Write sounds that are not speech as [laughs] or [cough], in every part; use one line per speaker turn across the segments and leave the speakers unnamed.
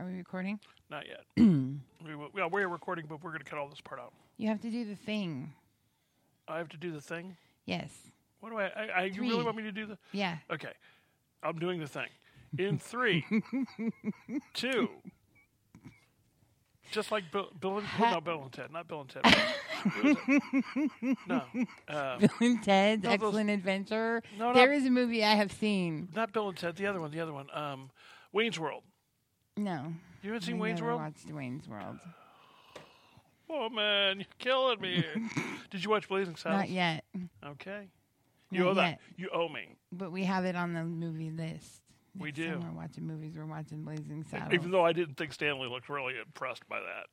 Are we recording?
Not
[clears throat]
yet. we, will- yeah, we're recording, but we're going to cut all this part out.
You have to do the thing.
I have to do the thing.
Yes.
What do I? I, I you
Three.
really want me to do the?
[laughs] Yeah.
Okay, I'm doing the thing. In
[laughs]
three, two. Just like Bill, Bill and well, no, Bill and Ted, not Bill and Ted. What was it? no, uh,
Bill and Ted's
No, those-
Excellent Adventure.
No,
There
not-
is a movie I have seen.
not Bill and Ted. The other one, the other one. Um, Wayne's World.
No.
You haven't
I
seen Wayne's
never
World?
watched Wayne's World.
Oh man, you're killing
[laughs]
me. Did you watch Blazing Saddles?
Not yet,
Okay. You
Not
owe
yet.
that. You owe me.
but we have it on the movie list.
We
Next
do.
Time we're watching movies. We're watching Blazing
Even
Saddles.
though I didn't think Stanley looked really impressed by that,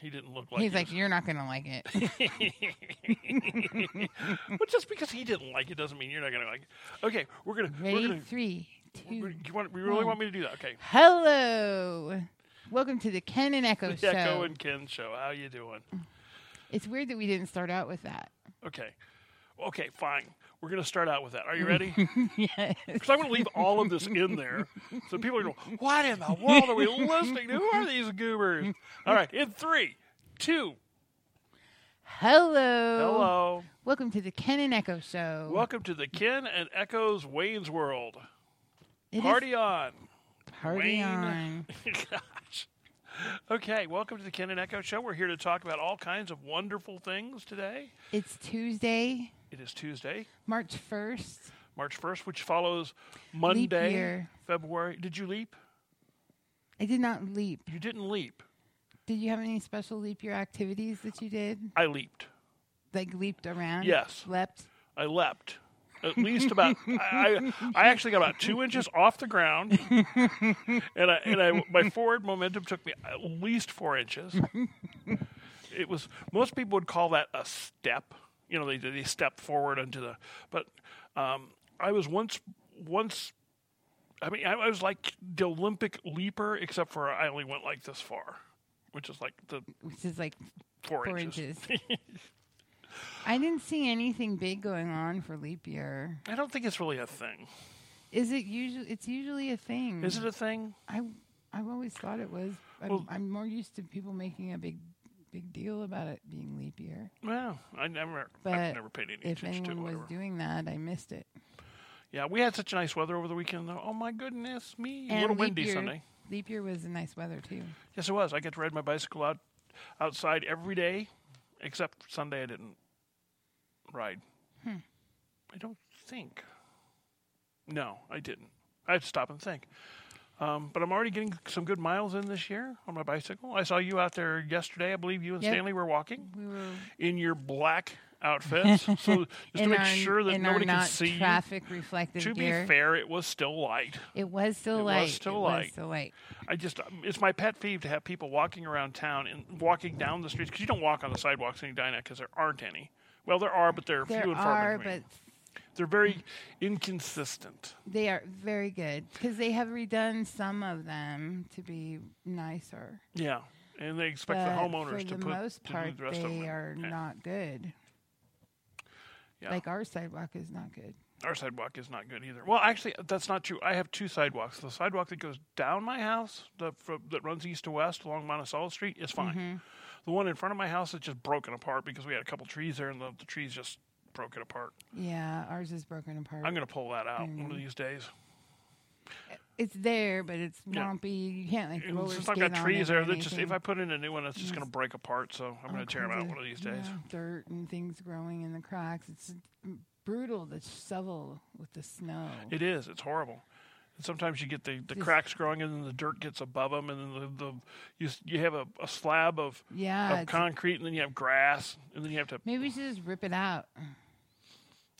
he didn't look like
He's
he
like, you're not gonna like
[laughs]
it. [laughs]
was- [laughs] But just because he didn't like it doesn't mean you're not going to like. it. Okay, we're gonna. We're
Ready?
gonna
Three,
we
two.
you want, we really
one.
want me to do that? Okay.
Hello. Welcome to the Ken and
[laughs]
Echo
The
show.
Echo and Ken show. How you doing?
Mm. it's weird that we didn't start out with that. [laughs]
Okay. Okay, fine. We're going to start out with that.
[laughs]
Are you ready?
yes.
Because I'm going to leave all of this in there, so people are going, "What
[laughs]
in the world are we listening to? Who are these goobers?" All right, in three, two,
Hello.
hello.
Welcome to the Ken and Echo Show.
Welcome to the Ken and Echo's Wayne's World.
It is
Party on. [laughs]
party
Wayne.
on.
Gosh. Okay, welcome to the Ken and Echo Show. We're here to talk about all kinds of wonderful things today.
It's Tuesday,
It is Tuesday,
March 1st.
March 1st, which follows Monday,
year.
February. Did you leap?
I did not leap.
You didn't leap.
Did you have any special leap year activities that you did?
I leaped.
Like leaped around?
Yes.
Leapt?
I leapt. At least about, I, I, I actually got about two inches off the ground, and I, and I, my forward momentum took me at least four inches. It was most people would call that a step. You know, they they step forward into the. But um, I was once once. I mean, I, I was like the Olympic leaper, except for I only went like this far, which is like the
Which is like
four,
four
inches.
inches. I didn't see anything big going on for leap year.
I don't think it's really a thing.
Is it usually? It's usually a thing.
Is it a thing?
I I've always thought it was. I'm,
Well-
I'm more used to people making a big big deal about it being leap year.
Well, I never,
But
I've never paid any
If
attention to it.
anyone was
whatever.
doing that, I missed it.
yeah, we had such nice weather over the weekend. Though. Oh my goodness me!
And
what a
leap
windy
year-
Sunday.
Leap year was nice weather too.
Yes, it was. I get to ride my bicycle out outside every day, except Sunday I didn't ride.
Hmm.
I don't think. No, I didn't. I had to stop and think. Um, but I'm already getting some good miles in this year on my bicycle. I saw you out there yesterday. I believe you and
Yep.
Stanley were walking
We were
in your black
[laughs]
outfits. so just to
in
make
our,
sure that
in
nobody
our
can
not
see you.
traffic reflective
to
gear.
be fair, it was still light.
it was still
It was
light.
still
it
light.
was still light.
I just it's my pet peeve to have people walking around town and walking down the streets because you don't walk on the sidewalks in Edina because there aren't any. Well, there are, but they're
There
few and far
are,
between.
but
They're very inconsistent.
they are very good because they have redone some of them to be nicer.
Yeah, and they expect the
but
homeowners
for
to
the
put
most
to do
part,
the rest
they
of them. in.
are
Yeah.
not good.
Yeah.
Like our sidewalk is not good.
Our sidewalk is not good either. Well, actually, that's not true. I have two sidewalks. The sidewalk that goes down my house, the, fro- that runs east to west along Monticello Street, is fine.
Mm-hmm.
The one in front of my house is just broken apart because we had a couple trees there, and the, the trees just broke it apart.
Yeah, ours is broken apart.
I'm going to pull that out one
Mm.
of these days.
it's there, but it's
Yeah.
lumpy. You can't like
And
roller
since I've
skate
got
on
trees
it or
there, that just if
anything.
I put in a new one, it's just going to break apart. So I'm
All
going to tear them
kinds
out one of these days.
Oh, yeah, dirt and things growing in the cracks. It's brutal to shovel with the snow.
It is. It's horrible. And sometimes you get the, the
Just-
cracks growing, and then the dirt gets above them, and then the, the you s- you have a, a slab of
yeah,
of
it's,
concrete, and then you have grass, and then you have to.
maybe we should just rip it out.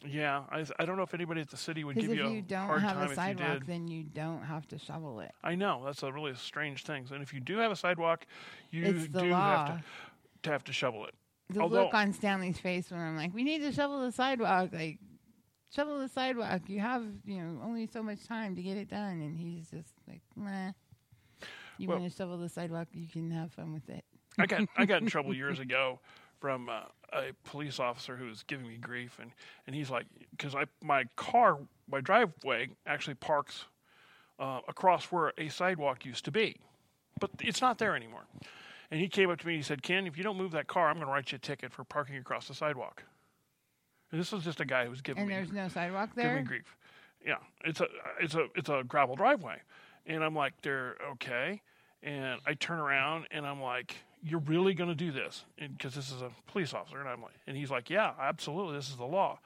Yeah, I, I don't know if anybody at the city would
Because
give
if
you a
you don't
hard
have
time
a
if you
sidewalk,
did.
then you don't have to shovel it.
I know that's a really strange thing. And if you do have a sidewalk, you
It's the
do
law.
have to, to have to shovel it.
The
Although-
look on Stanley's face when I'm like, "We need to shovel the sidewalk," like shovel the sidewalk. You have you know only so much time to get it done, and he's just like, "Nah." You
Well-
want to shovel the sidewalk? You can have fun with it.
I got I got in trouble years ago from uh, a police officer who was giving me grief, and and he's like, because I my car my driveway actually parks uh, across where a sidewalk used to be, but it's not there anymore. And he came up to me and he said, Ken, if you don't move that car, I'm going to write you a ticket for parking across the sidewalk. And this was just a guy who was giving
And
me
there's no sidewalk
giving me
there.
grief. Yeah, it's a it's a it's a gravel driveway, and I'm like, they're okay. And I turn around and I'm like, you're really going to do this? Because this is a police officer, and I'm like, and he's like, yeah, absolutely, this is the law.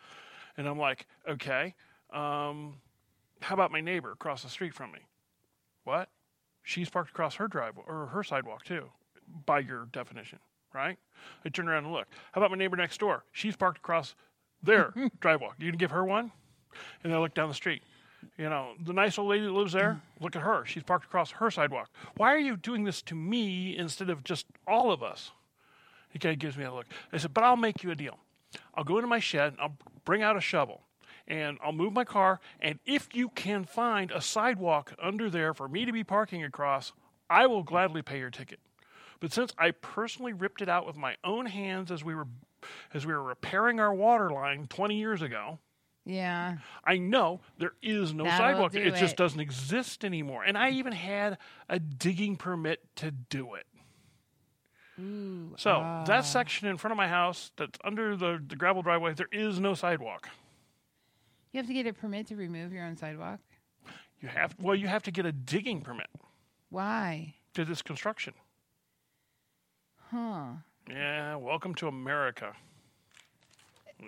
And I'm like, okay. Um, how about my neighbor across the street from me? What? She's parked across her driveway or her sidewalk too, by your definition, right? I turn around and look. How about my neighbor next door? She's parked across their driveway. You gonna give her one? And I look down the street. You know, the nice old lady that lives there, look at her. She's parked across her sidewalk. Why are you doing this to me instead of just all of us? He kind of gives me a look. I said, but I'll make you a deal. I'll go into my shed, I'll bring out a shovel, and I'll move my car. And if you can find a sidewalk under there for me to be parking across, I will gladly pay your ticket. But since I personally ripped it out with my own hands as we were as we were repairing our water line 20 years ago,
Yeah.
I know there is no
That'll
sidewalk.
do
It, just
it.
doesn't exist anymore. And I even had a digging permit to do it.
Ooh.
So
ah.
that section in front of my house that's under the, the gravel driveway, there is no sidewalk.
you have to get a permit to remove your own sidewalk.
You have well, you have to get a digging permit
Why?
to this construction.
Huh.
Yeah, welcome to America.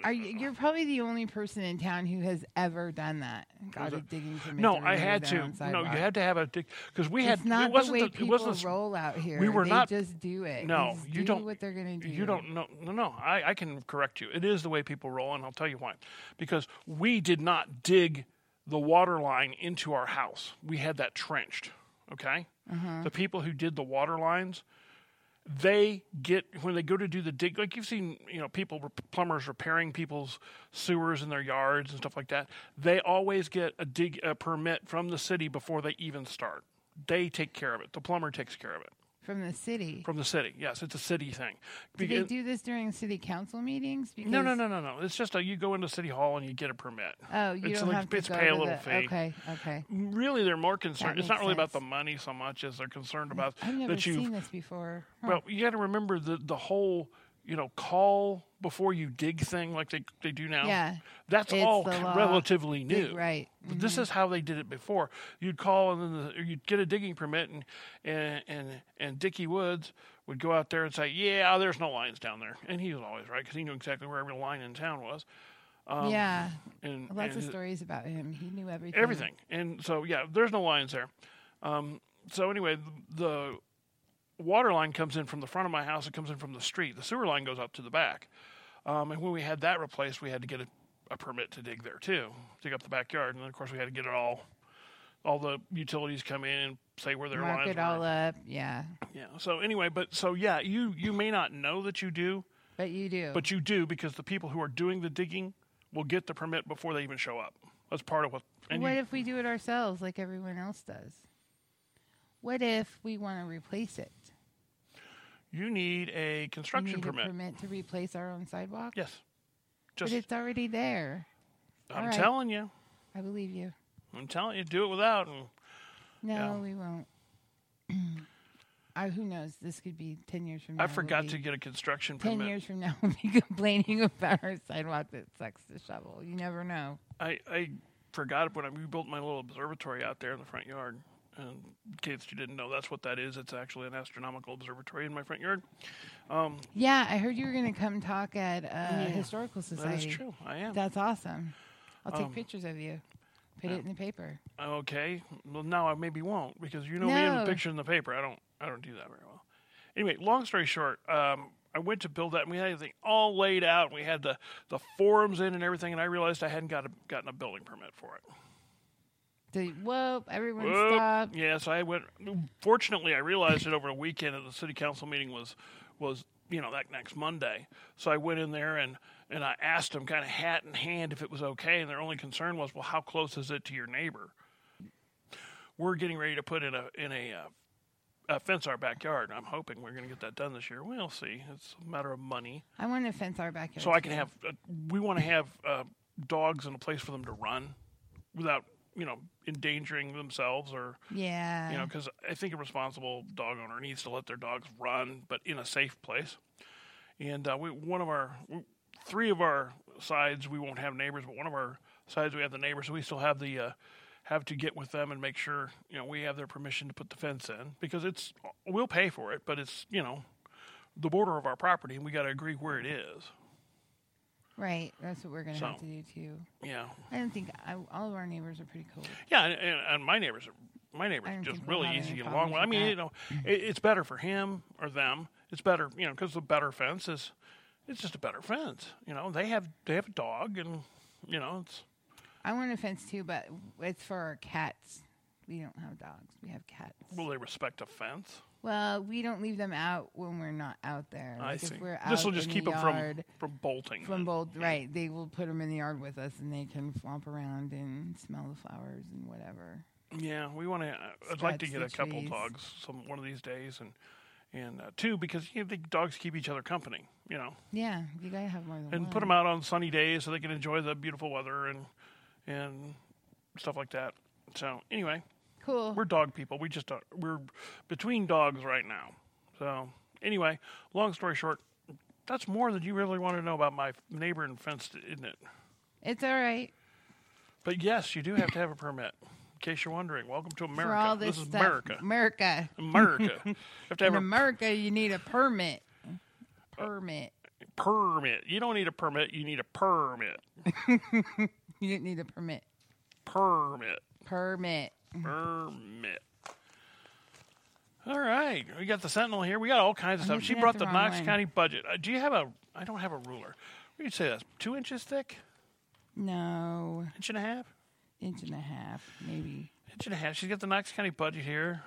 Are you, you're probably the only person in town who has ever done that. Got
Was
a
it-
digging permit.
No,
to
I
remove
had
their
to.
own
No, you
sidewalk.
had to have a dig because we had
it's not
it wasn't
the way
it
people
wasn't
roll out here.
we were
they
not-
just do it.
No,
They just
you
do
don't-
What they're gonna do?
You don't know. No, no. I, I can correct you. It is the way people roll, and I'll tell you why. Because we did not dig the water line into our house. We had that trenched. Okay.
Mm-hmm.
The people who did the water lines, they get when they go to do the dig. Like you've seen, you know, people plumbers repairing people's sewers in their yards and stuff like that. They always get a dig a permit from the city before they even start. They take care of it. The plumber takes care of it
from the city.
from the city. Yes, it's a city thing.
Do they
Because-
do this during city council meetings? Because,
no, no, no, no, no. It's just a, you go into City Hall and you get a permit.
Oh, you
It's
don't
like-
have to
it's
go
pay a
to
little
the-
fee.
Okay, okay.
Really, they're more concerned.
That
It's not
makes
really about the
sense.
money so much as they're concerned about
I've never
that you.
seen this before. Huh.
Well, you got to remember the the whole you know call before you dig thing like they they do now.
Yeah.
that's
It's
all
the
c-
law.
relatively new.
Dig right. Mm-hmm.
But This is how they did it before. You'd call and then the, or you'd get a digging permit, and and and and Dickie Woods would go out there and say, "Yeah, there's no lines down there," and he was always right because he knew exactly where every line in town was. Um,
yeah,
and
lots of
and
stories about him. He knew everything.
everything. And so yeah, there's no lines there. Um, so anyway, th- the water line comes in from the front of my house. It comes in from the street. The sewer line goes up to the back. Um, and when we had that replaced, we had to get a, a permit to dig there too, dig up the backyard. And then of course we had to get it all. All the utilities come in and say where their
Mark
lines
it
were.
all up. Yeah,
Yeah. So anyway, but so yeah, you you may not know that you do,
but you do.
but you do because the people who are doing the digging will get the permit before they even show up. That's part of what. And you-
what if we do it ourselves, like everyone else does? What if we want to replace it?
You need a
We
construction
need
permit.
a permit to replace our own sidewalk.
Yes. Just
but it's already there.
I'm
all right.
telling you.
I believe you.
I'm telling you, do it without and
No,
Yeah.
we won't. [clears throat] I, who knows? This could be ten years from now.
I
we'll
forgot
be-
to get a construction
Ten
permit.
years from now, [laughs] we'll be complaining about our sidewalk that sucks to shovel. You never know.
I, I forgot when I rebuilt my little observatory out there in the front yard. And in case you didn't know, that's what that is. It's actually an astronomical observatory in my front yard. Um,
Yeah, I heard you were going to come talk at uh,
Yeah.
historical
that
society.
is true. I am.
That's awesome. I'll take
Oh. Um,
pictures of you. Put
yeah.
it in the paper.
Okay. Well, now I maybe won't because you know me and the
No.
picture in the paper. I don't. I don't do that very well. Anyway, long story short, um, I went to build that, and we had everything all laid out. And we had the the forms in and everything, and I realized I hadn't got a, gotten a building permit for it.
So, whoa, everyone
Whoop.
stop.
Yeah, so I went. Fortunately, I realized it over the weekend at the city council meeting was was you know that next Monday. So I went in there and and I asked them kind of hat in hand if it was okay, and their only concern was, well, how close is it to your neighbor? We're getting ready to put in a in a. Uh, uh, fence our backyard. I'm hoping we're going to get that done this year. We'll see. It's a matter of money.
I want to fence our backyard.
So I can
too.
have. Uh, we want to have uh, dogs and a place for them to run without you know endangering themselves or
Yeah.
you know because I think a responsible dog owner needs to let their dogs run, but in a safe place. And uh, we one of our we- three of our sides we won't have neighbors, but one of our sides we have the neighbors, so we still have the. Uh, have to get with them and make sure you know we have their permission to put the fence in because it's we'll pay for it, but it's you know the border of our property and we got to agree where it is.
right. That's what we're gonna have
So.
to do too.
Yeah,
I don't think I, all of our neighbors are pretty cool.
Yeah, and, and, and my neighbors, are- my neighbors
I
are
don't
just
think we'll
really
have
easy to
any
get along with. I
problems with
mean,
that.
you know, it, it's better for him or them. It's better, you know, because the better fence is, it's just a better fence. You know, they have they have a dog, and you know, it's
I want a fence too, but it's for our cats. We don't have dogs. We have cats.
will they respect a fence?
Well, we don't leave them out when we're not out there.
I
Like
see.
If we're out
This will just
in
keep
the
them from
yard
from bolting.
from both. Right, they will put them in the yard with us, and they can flop around and smell the flowers and whatever.
Yeah, we want to. I'd like to
Scratch
get
the
a couple
trees.
dogs some one of these days, and and uh, two because you know, the dogs keep each other company. You know.
Yeah, you gotta have more than one.
and put them out on sunny days so they can enjoy the beautiful weather and and stuff like that. So anyway,
Cool.
we're dog people. We just don't, we're between dogs right now. So anyway, long story short, that's more than you really want to know about my neighbor and fence, isn't it?
it's all right
But yes, you do have to have a permit. In case you're wondering, welcome to America.
for all this,
is
stuff.
America.
America. [laughs]
America. You have to
In
have a
America, you need a permit. Permit.
permit. You don't need a permit. You need a permit.
You didn't need a permit.
Permit.
Permit.
Permit. All right, we got the Sentinel here. We got all kinds of
I'm
stuff. She
looking at
brought
the
the,
wrong
Knox
one.
County budget. Uh, do you have a? I don't have a ruler. We could say that's two inches thick,
No,
inch and a half,
inch and a half, maybe.
inch and a half. She's got the Knox County budget here,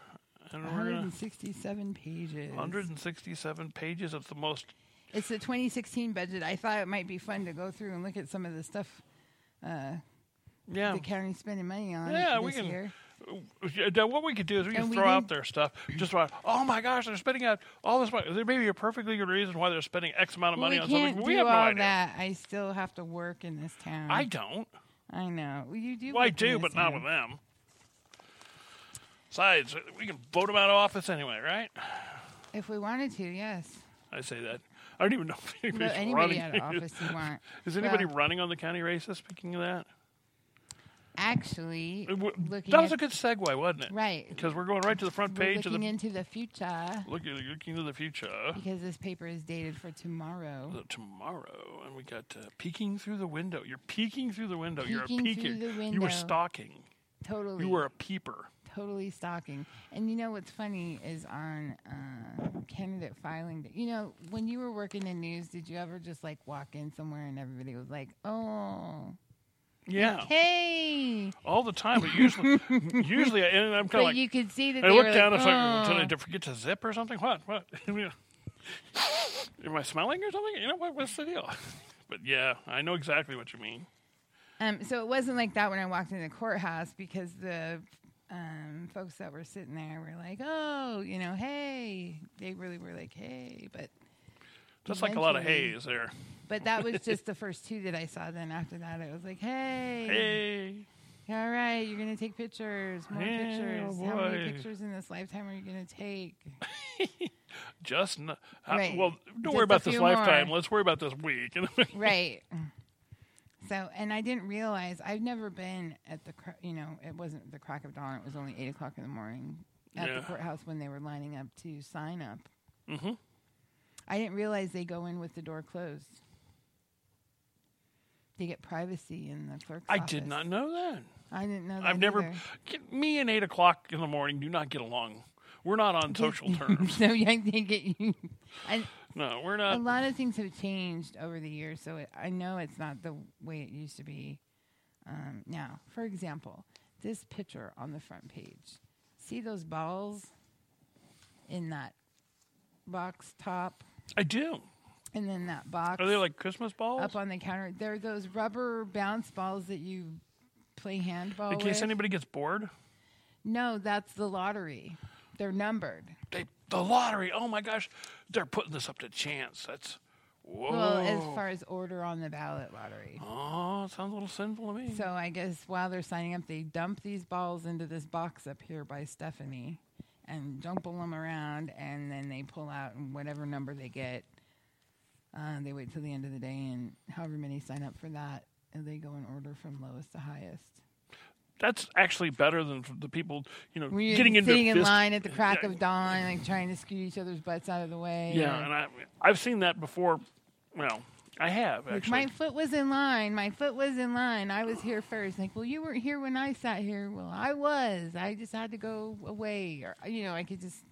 and we're gonna
167 pages.
167 pages of the most.
It's the 2016 budget. I thought it might be fun to go through and look at some of the stuff uh,
Yeah,
the county's spending money on.
Yeah, we
this
can-
Year.
Yeah, now what we could do is we
And
could
we
throw out
did-
their stuff. Just about, oh my gosh, they're spending out all this money. There may be a perfectly good reason why they're spending X amount of
Well,
money
we
on
can't
something.
do
We have
all
no idea.
that. I still have to work in this town.
I don't.
I know. Well, you do.
Well, I
work in
do,
this
but not
town.
with them. Besides, we can vote them out of office anyway, right?
If we wanted to, yes.
I say that. I don't even know if anybody's
Vote anybody
running. [laughs]
out of office you want.
Is anybody
Well,
running on the county races? Speaking of that,
actually
It w-
looking?
that was a
at,
good segue, wasn't it?
right.
Because we're going right to the front
We're
page of
looking
the
into the future
look, looking to the future
because this paper is dated for tomorrow.
uh, tomorrow, and we got uh, peeking through the window. You're peeking through the window. You're a
Peeking through
peeker.
the
You
window.
were stalking.
Totally.
You were a peeper.
totally stalking. And you know what's funny is on uh, candidate filing day. You know, when you were working in news, did you ever just like walk in somewhere and everybody was like, "Oh,
Yeah,
hey,"
all the time. But
[laughs]
usually, usually, I- and I'm kind
but
of like,
you could see that
I
they
looked
were
down.
like,
it's like,
"Oh."
did I d- forget to zip or something? What? What? [laughs] Am I smelling or something? You know what? What's the deal? [laughs] But yeah, I know exactly what you mean.
Um, so it wasn't like that when I walked in the courthouse because the um, folks that were sitting there were like, "Oh, you know, hey," they really were like, "Hey," but
That's like a lot of
Eventually.
haze there.
but that was just the first two that I saw. Then after that, it was like,
Hey,
All right, you're gonna take pictures, more
Yeah,
pictures.
oh
How many
boy.
pictures in this lifetime are you gonna take?
just n-
Right.
I, well. Don't
Just a
worry about this
few
lifetime.
more.
Let's worry about this week. [laughs]
[laughs] right. Mm. So, and I didn't realize I've never been at the, cr- you know, it wasn't the crack of dawn. It was only eight o'clock in the morning at the
Yeah.
courthouse when they were lining up to sign up.
hmm
I didn't realize they go in with the door closed. They get privacy in the clerk's
I
office.
did not know that.
I didn't know. That
I've never.
either.
Get, me and eight o'clock in the morning do not get along. We're not
[laughs]
on social terms.
so yeah, they get you. And
No, we're
a
[laughs] not.
lot of things have changed over the years, so it, I know it's not the way it used to be. Um, now, for example, this picture on the front page. See those balls in that box top,
I do.
and then that box
Are they like Christmas balls?
up on the counter. They're those rubber bounce balls that you play handball
in case
with.
anybody gets bored.
no, that's the lottery. They're numbered.
they the lottery. Oh my gosh, they're putting this up to chance. That's Whoa.
Well, as far as order on the ballot lottery.
oh, sounds a little sinful to me.
So I guess while they're signing up, they dump these balls into this box up here by Stephanie and jumble them around, and then they pull out and whatever number they get. Uh, they wait till the end of the day, and however many sign up for that, and they go in order from lowest to highest.
That's actually better than f- the people, you know,
We're
getting into
sitting in
fist-
line at the crack
Yeah.
of dawn, like trying to scoot each other's butts out of the way.
Yeah,
and-
and I, I've seen that before. Well, I have
Like,
actually.
my foot was in line. My foot was in line. I was here first. Like, well, you weren't here when I sat here. Well, I was. I just had to go away, or you know, I could just.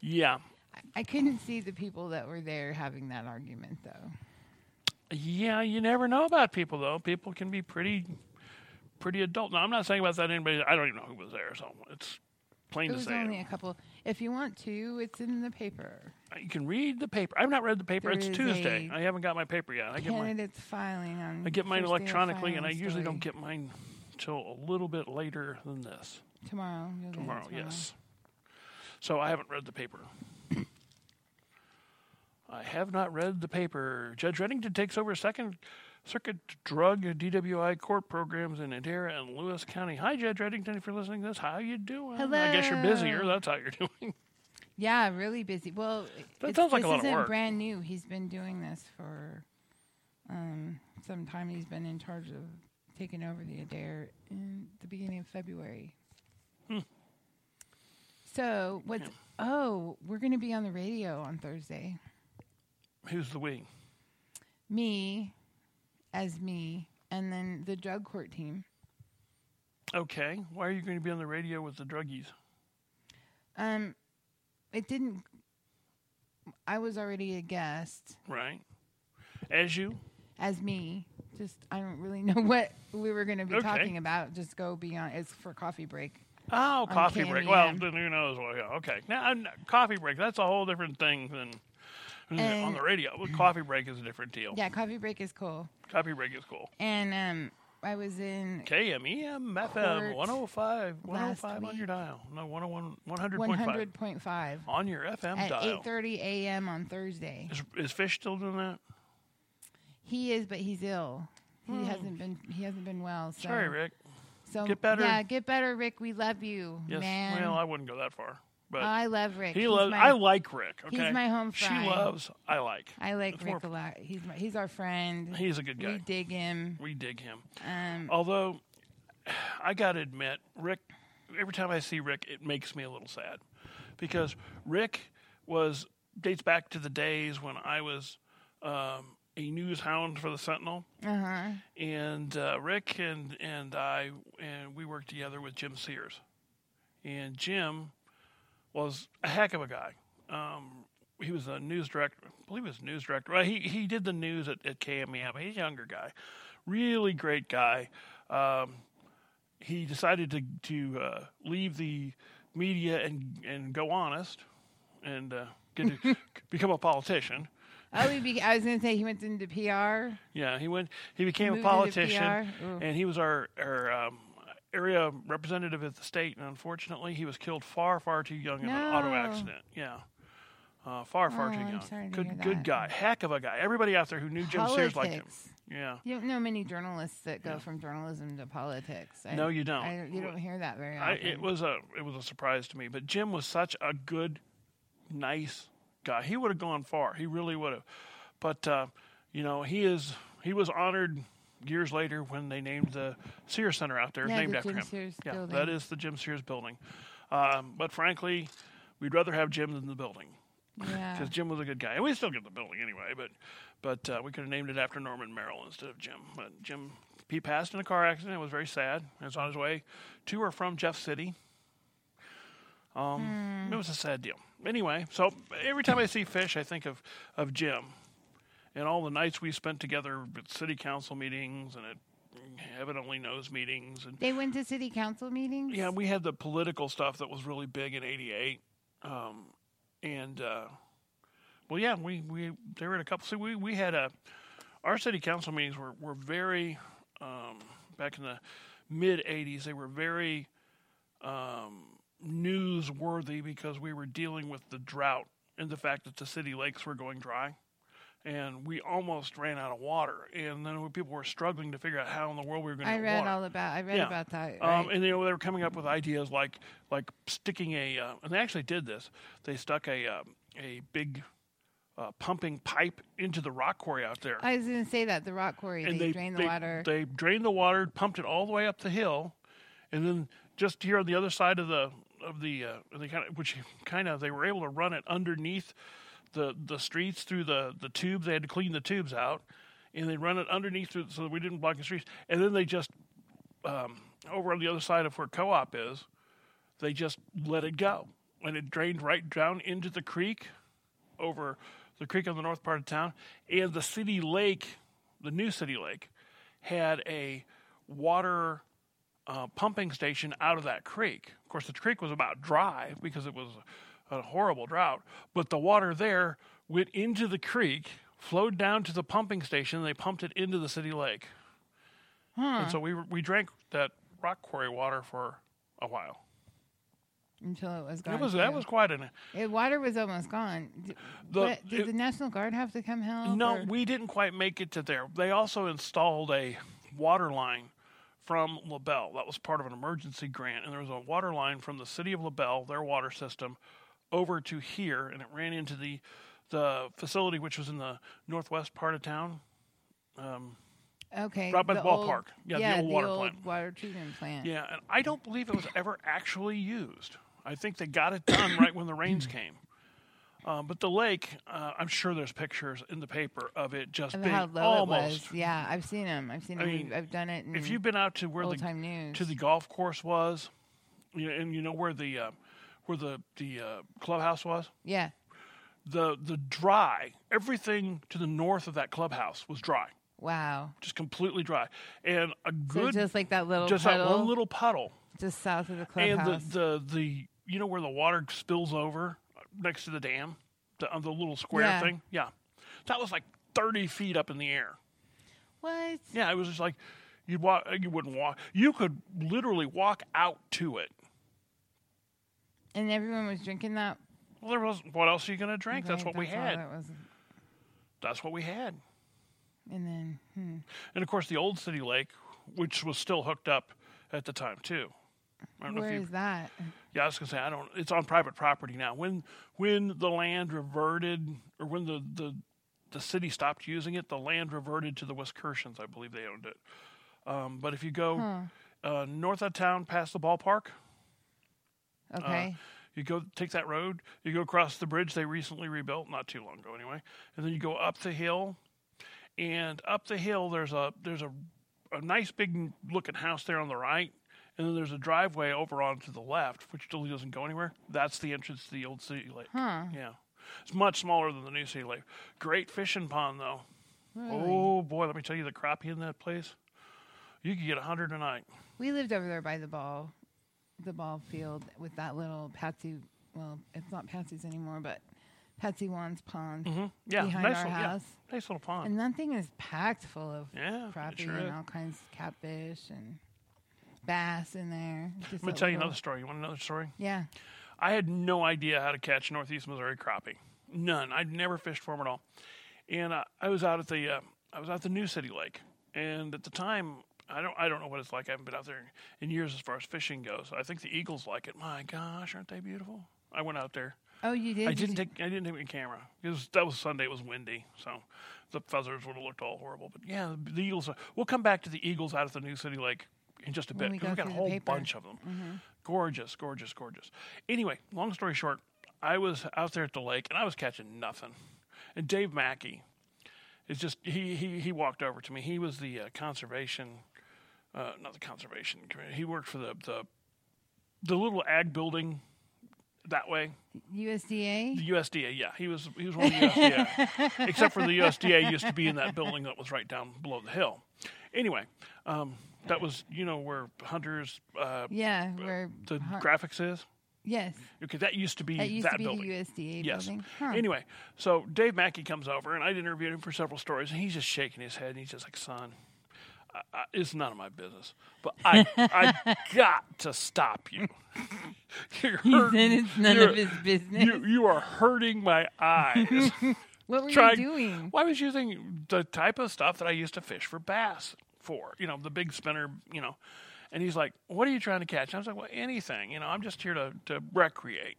yeah,
I- I couldn't see the people that were there having that argument, though.
yeah. You never know about people though. People can be pretty, pretty adult. Now I'm not saying about that anybody. I don't even know who was there, so it's plain
It
to
was
say.
only a couple. If you want to, it's in the paper.
you can read the paper. I've not read the paper.
There
it's
is
Tuesday.
a
I haven't got my paper yet. I get mine.
Candidates filing on.
I get mine
Thursday, a
electronically, and I
filing
usually don't
story.
get mine till a little bit later than this.
tomorrow. You'll get it
Tomorrow, yes. So I haven't read the paper. [coughs] I have not read the paper. Judge Reddington takes over Second Circuit Drug DWI Court Programs in Adair and Lewis County. Hi, Judge Reddington. If you're listening to this, how you doing? I guess you're busier.
Hello.
That's how you're [laughs] doing.
Yeah, really busy. Well,
That
it's-
sounds like a
this
lot of
isn't
work.
brand new. He's been doing this for um, some time. He's been in charge of taking over the Adair in the beginning of February.
Hmm.
So what's oh we're going to be on the radio on Thursday.
Who's the we?
Me as me, and then the drug court team.
Okay. Why are you going to be on the radio with the druggies?
Um, it didn't. I was already a guest.
Right. As you?
as me. Just I don't really [laughs] know what we were going to be
Okay.
talking about. Just go beyond. It's for coffee break.
Oh,
On
coffee break. Well,
KNEM.
then who knows? Well, yeah, okay. Now, I'm- coffee break. That's a whole different thing than than on
And-
the radio. Well, coffee break is a different deal.
Yeah, coffee break is cool.
Coffee break is cool. E
And um, I was in
KMEM FM
Court
105, 105
last
on your
week.
dial. No, 101, 100.5
100.5
on your FM
at
dial.
8:30 a.m. on Thursday.
Is, is Fish still doing that?
He is, but he's ill. He hasn't been. He hasn't been well. So,
Hmm. Sorry, Rick.
So
Get better.
Yeah, get better, Rick. We love you,
Yes.
man.
Well, I wouldn't go that far. But
I love Rick.
he
He's
loves.
my-
I like Rick. Okay.
he's my home
She
fry.
loves. I like.
I like
It's
Rick a
more-
lot. He's my, he's our friend.
He's a good
We
guy.
dig him.
We dig him.
Um,
Although, I gotta admit, Rick. Every time I see Rick, it makes me a little sad, because Rick was dates back to the days when I was um, a news hound for the Sentinel,
uh huh.
and uh, Rick and and I and we worked together with Jim Sears, and Jim was a heck of a guy. Um, he was a news director. I believe he was news director. Well, he he did the news at, at KMEM. He's a younger guy, really great guy. Um, he decided to to uh, leave the media and and go honest, and uh, get to become a politician.
Oh, he be- I was going to say he went into PR.
Yeah, he went. He became a
Moved into Mm.
politician,
PR? Ooh.
and he was our our um, area representative at the state. And unfortunately, he was killed far, far too young in an auto
No.
accident. Yeah, uh, far, far
Oh,
too
I'm
young.
sorry to
good,
hear
good
that.
guy, heck of a guy. Everybody out there who knew Jim Sears liked him.
Politics.
Yeah,
You don't know many journalists that go from journalism to politics. I,
No, you don't.
I, you don't hear that very
I,
often.
it was a it was a surprise to me. But Jim was such a good, nice guy. He would have gone far. He really would have. But uh, you know, he is he was honored years later when they named the Sears Center out there
Yeah,
named
the
after
Jim
him.
Sears
yeah, that
building.
is the Jim Sears building. Um, but frankly, we'd rather have Jim than the building
yeah.
because Jim was a good guy. And we still get the building anyway, but but uh, we could have named it after Norman Merrill instead of Jim. But Jim, he passed in a car accident. It was very sad. He was on his way to or from Jeff City. Um, It was a sad deal. Anyway, so every time I see fish, I think of of Jim and all the nights we spent together at city council meetings and at heaven only knows meetings and
They went to city council meetings.
yeah, we had the political stuff that was really big in '88, um, and uh, well, yeah, we we there were a couple. So we we had a our city council meetings were were very um, back in the mid '80s. They were very um, newsworthy because we were dealing with the drought and the fact that the city lakes were going dry, and we almost ran out of water. And then we- people were struggling to figure out how in the world we were going to
I
get
read
water.
all about. I read
Yeah.
about that.
Um,
right?
and you know they were coming up with ideas like like sticking a uh, and they actually did this. They stuck a um, a big uh, pumping pipe into the rock quarry out there,
I was going to say that the rock quarry
and
they, drain the water.
They drained the water, pumped it all the way up the hill, and then just here on the other side of the of the uh, they kind of which [laughs] kind of they were able to run it underneath the the streets through the the tubes. They had to clean the tubes out, and they run it underneath through, so that we didn't block the streets. And then they just um, over on the other side of where co-op is, they just let it go, and it drained right down into the creek, over the creek on the north part of town, and the city lake, the new city lake, had a water uh, pumping station out of that creek. Of course, the creek was about dry because it was a horrible drought, but the water there went into the creek, flowed down to the pumping station, and they pumped it into the city lake. And so we were- we drank that rock quarry water for a while.
until it was gone.
That was that
too.
was quite an
It, water was almost gone. D-
The-
what- did
it-
the National Guard have to come help?
No,
or-
we didn't quite make it to there. They also installed a water line from LaBelle. That was part of an emergency grant, and there was a water line from the city of LaBelle, their water system, over to here, and it ran into the the facility which was in the northwest part of town.
okay.
right by the ballpark.
old-
Yeah, the old water plant.
water treatment plant.
Yeah, and I don't believe it was ever actually used. I think they got it done right when
[coughs]
the rains came. Uh, but the lake, uh, I'm sure there's pictures in the paper of it just
Of
being
how low
almost
it was. Yeah, I've seen them. I've seen
I
them.
mean,
I've done it. In
if you've been out to where
old
the
time news
to the golf course was, you know, and you know where the uh, where the the uh, clubhouse was.
yeah,
The the dry everything to the north of that clubhouse was dry,
wow.
just completely dry, and a good
so just like that little
just
puddle,
that one little puddle,
just south of the
and
clubhouse.
the, the the you know where the water spills over uh, next to the dam, the on the little square
Yeah.
thing. Yeah, that was like thirty feet up in the air.
what?
Yeah, it was just like you'd walk. You wouldn't walk. You could literally walk out to it.
And everyone was drinking that.
Well, there was. What else are you going to drink? That's
Right,
what we
all
had.
that was.
That's what we had.
And then hmm,
And of course, the old city lake, which was still hooked up at the time too. I don't know
where
if you.
is that?
Yeah, I was going to say I don't. It's on private property now. When when the land reverted, or when the the the city stopped using it, the land reverted to the Wiscursians. I believe they owned it. Um, but if you go uh, north of town, past the ballpark, uh,
Okay.
You go take that road, you go across the bridge they recently rebuilt, not too long ago anyway, and then you go up the hill. And up the hill there's a there's a a nice big looking house there on the right, and then there's a driveway over onto the left, which still doesn't go anywhere. That's the entrance to the old city lake.
huh.
Yeah. It's much smaller than the new city lake. Great fishing pond though.
Really?
Oh boy, let me tell you the crappie in that place. You could get a hundred a night.
We lived over there by the ball, the ball field with that little Patsy. Well, it's not Patsy's anymore, but Patsy Juan's pond.
hmm Yeah,
Behind
nice
our
little yeah,
house.
nice little pond.
And that thing is packed full of
Yeah, it
crappie
sure
and
is.
all kinds of catfish and bass in there. Just
Let me
that
tell you
little-
another story. You want another story?
Yeah.
I had no idea how to catch northeast Missouri crappie. None. I'd never fished for them at all. And uh, I was out at the uh, I was out at the New City Lake, and at the time I don't I don't know what it's like. I haven't been out there in years as far as fishing goes. I think the eagles like it. My gosh, aren't they beautiful? I went out there.
Oh, you did.
I
Did
didn't
you-
take I didn't take my camera because that was Sunday. It was windy, so the feathers would have looked all horrible. But yeah, the, the eagles. Are, we'll come back to the eagles out of the new city lake in just a
When
bit
we
because
go
we got a
through the
whole
paper. Mm-hmm.
bunch of them. Gorgeous, gorgeous, gorgeous. Anyway, long story short, I was out there at the lake and I was catching nothing. And Dave Mackey is just he he he walked over to me. He was the uh, conservation, uh, not the conservation committee. He worked for the the the little ag building that way
USDA?
the USDA, yeah, he was he was one of
[laughs]
the USDA. Except for the USDA used to be in that building that was right down below the hill. Anyway, um, that was you know where Hunter's uh,
Yeah. Where?
the
huh,
graphics is.
yes.
Okay, that used to be
That used to be
building.
the USDA
Yes.
building. Huh. [laughs]
Anyway, so Dave Mackey comes over, and I'd interviewed him for several stories, and he's just shaking his head, and he's just like, "Son, I, I, it's none of my business, but I I
[laughs]
got to stop you. [laughs] You're
He said it's none
you're-
of his business.
you you are hurting my eyes.
What were
tried.
you doing?
Well, I was using the type of stuff that I used to fish for bass for, you know, the big spinner, you know. And he's like, What are you trying to catch? And I was like, Well, anything. You know, I'm just here to, to recreate.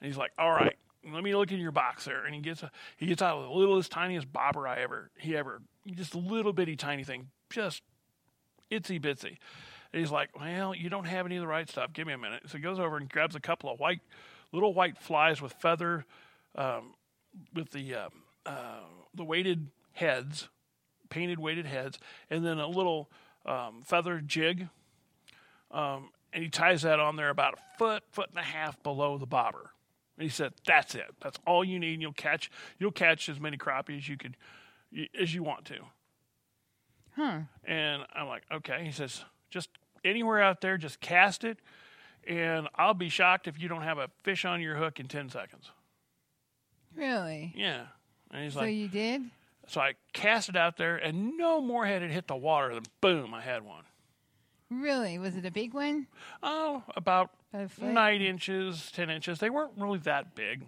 And he's like, All right, let me look in your box there. And he gets a, he gets out the littlest, tiniest bobber I ever, he ever, just a little bitty tiny thing, just itsy bitsy. And he's like, Well, you don't have any of the right stuff. Give me a minute. So he goes over and grabs a couple of white, little white flies with feather, um, with the um, uh, the weighted heads, painted weighted heads, and then a little um, feather jig. Um, and he ties that on there about a foot, foot and a half below the bobber. And he said, "That's it. That's all you need. And you'll catch you'll catch as many crappie as you could as you want to."
Huh.
And I'm like, "Okay." He says, "Just anywhere out there, just cast it." And I'll be shocked if you don't have a fish on your hook in ten seconds.
Really?
Yeah. And he's
So
like,
you did?
So I cast it out there, and no more had it hit the water than boom, I had one.
Really? Was it a big one?
Oh, about
About a foot?
nine inches, ten inches. They weren't really that big.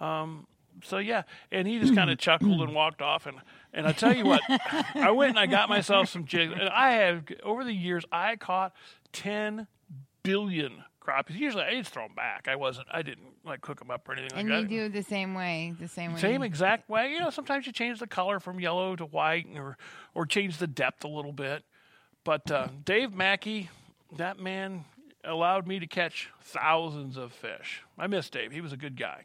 Um, so yeah, and he
[clears throat]
just kind of chuckled and walked off. And and I tell you what, I went and I got myself some jigs. And I have over the years, I caught ten billion crappies. Usually, I just throw them back. I wasn't. I didn't like cook them up or anything
And
like
you
that.
do it the same way, the same way.
Same
you-
exact way. You know, sometimes you change the color from yellow to white or or change the depth a little bit. But uh, Dave Mackey, that man allowed me to catch thousands of fish. I miss Dave. He was a good guy.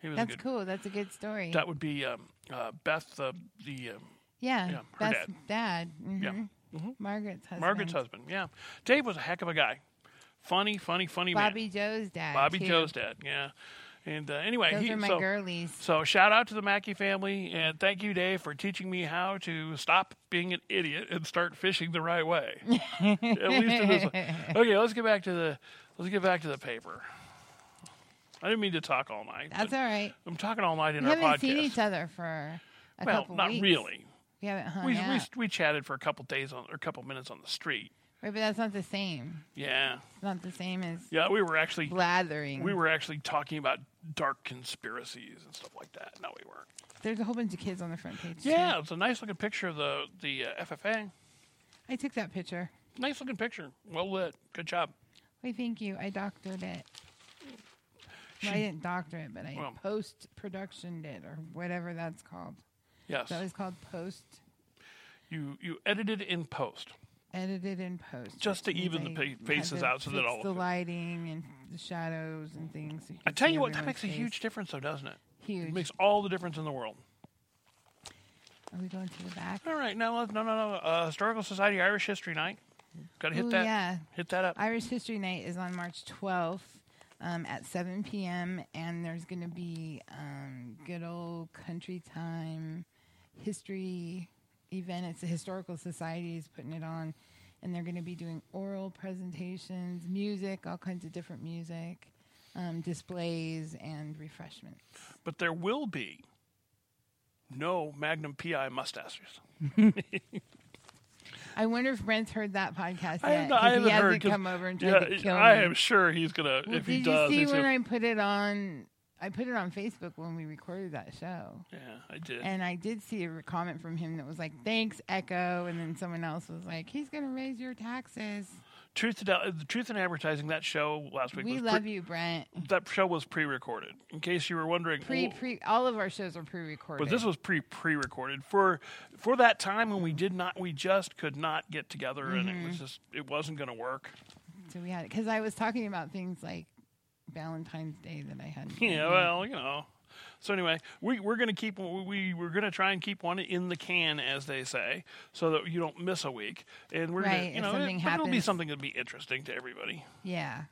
He was
That's
a good
cool. That's a good story.
That would be um, uh, Beth, the, the um,
yeah.
yeah, her
Best dad. hmm
yeah, Mm-hmm.
Margaret's husband.
Margaret's husband. Yeah. Dave was a heck of a guy. Funny, funny, funny man.
Bobby Joe's dad.
Bobby
too.
Joe's dad. Yeah. And uh, anyway,
Those
he,
are my
so,
girlies.
So shout out to the Mackey family, and thank you, Dave, for teaching me how to stop being an idiot and start fishing the
[laughs]
right way. At least in this way. Okay, let's get back to the let's get back to the paper. I didn't mean to talk all night.
That's
but
all right.
I'm talking all night in
We
our
haven't
podcast.
seen each other for a
well,
couple
not
weeks. Oh,
really.
We haven't hung
We,
out.
we we chatted for a couple days on or a couple minutes on the street.
right, but that's not the same.
Yeah,
It's not the same as
yeah. We were actually
blathering.
we were actually talking about dark conspiracies and stuff like that. No, we weren't.
There's a whole bunch of kids on the front page. too.
Yeah, it's a nice looking picture of the the uh, FFA.
I took that picture.
Nice looking picture. Well lit. Good job.
Wait, thank you. I doctored it.
She-
well, I didn't doctor it, but I
Well-
post productioned it or whatever that's called.
Yes.
That was called post
you you edited in post.
edited and post.
Just to
which means
even the
I
pa-
had
faces
to
out so that
fix
all
the
of it-
lighting and the shadows and things. so you
I
could
tell
see
you what, that
everyone's
makes a
face.
huge difference, though, doesn't it? It
huge.
makes all the difference in the world.
Are we going to the back?
All right, now let's- no no no uh, historical society Irish History Night. Got to hit
Ooh,
that.
yeah.
Hit that up.
Irish History Night is on March 12th um, at 7 p.m. and there's going to be um, good old country time history event. It's the Historical Society is putting it on, and they're going to be doing oral presentations, music, all kinds of different music, um, displays, and refreshments.
but there will be no Magnum PI mustaches.
I wonder if Brent's heard that podcast
I,
yet.
have not, I
'cause
haven't
he
heard.
hasn't
'cause-
come over and
yeah,
tried to kill
I
me.
am sure he's gonna.
Well,
if
did
he does,
you see
he's
when
gonna-
I put it on? I put it on Facebook when we recorded that show,
yeah, I did.
and I did see a re- comment from him that was like, "Thanks, Echo," and then someone else was like, "He's going to raise your taxes."
Truth, to Del- the Truth in Advertising. That show last week.
We
was
love
pre- oh.
you, Brent.
That show was pre-recorded. In case you were wondering,
Pre
wh-
pre, all of our shows are pre-recorded.
But this was pre pre recorded for for that time when we did not we just could not get together and it
Mm-hmm.
was just it wasn't going to work. [laughs]
so we had because I was talking about things like Valentine's Day that I had.
Yeah, well, you know. So anyway, we we're going to keep we we're going to try and keep one in the can as they say, so that you don't miss a week. And we're
Right,
gonna, you
if
know
something
it, but it'll be
happens.
something that'll be interesting to everybody.
yeah,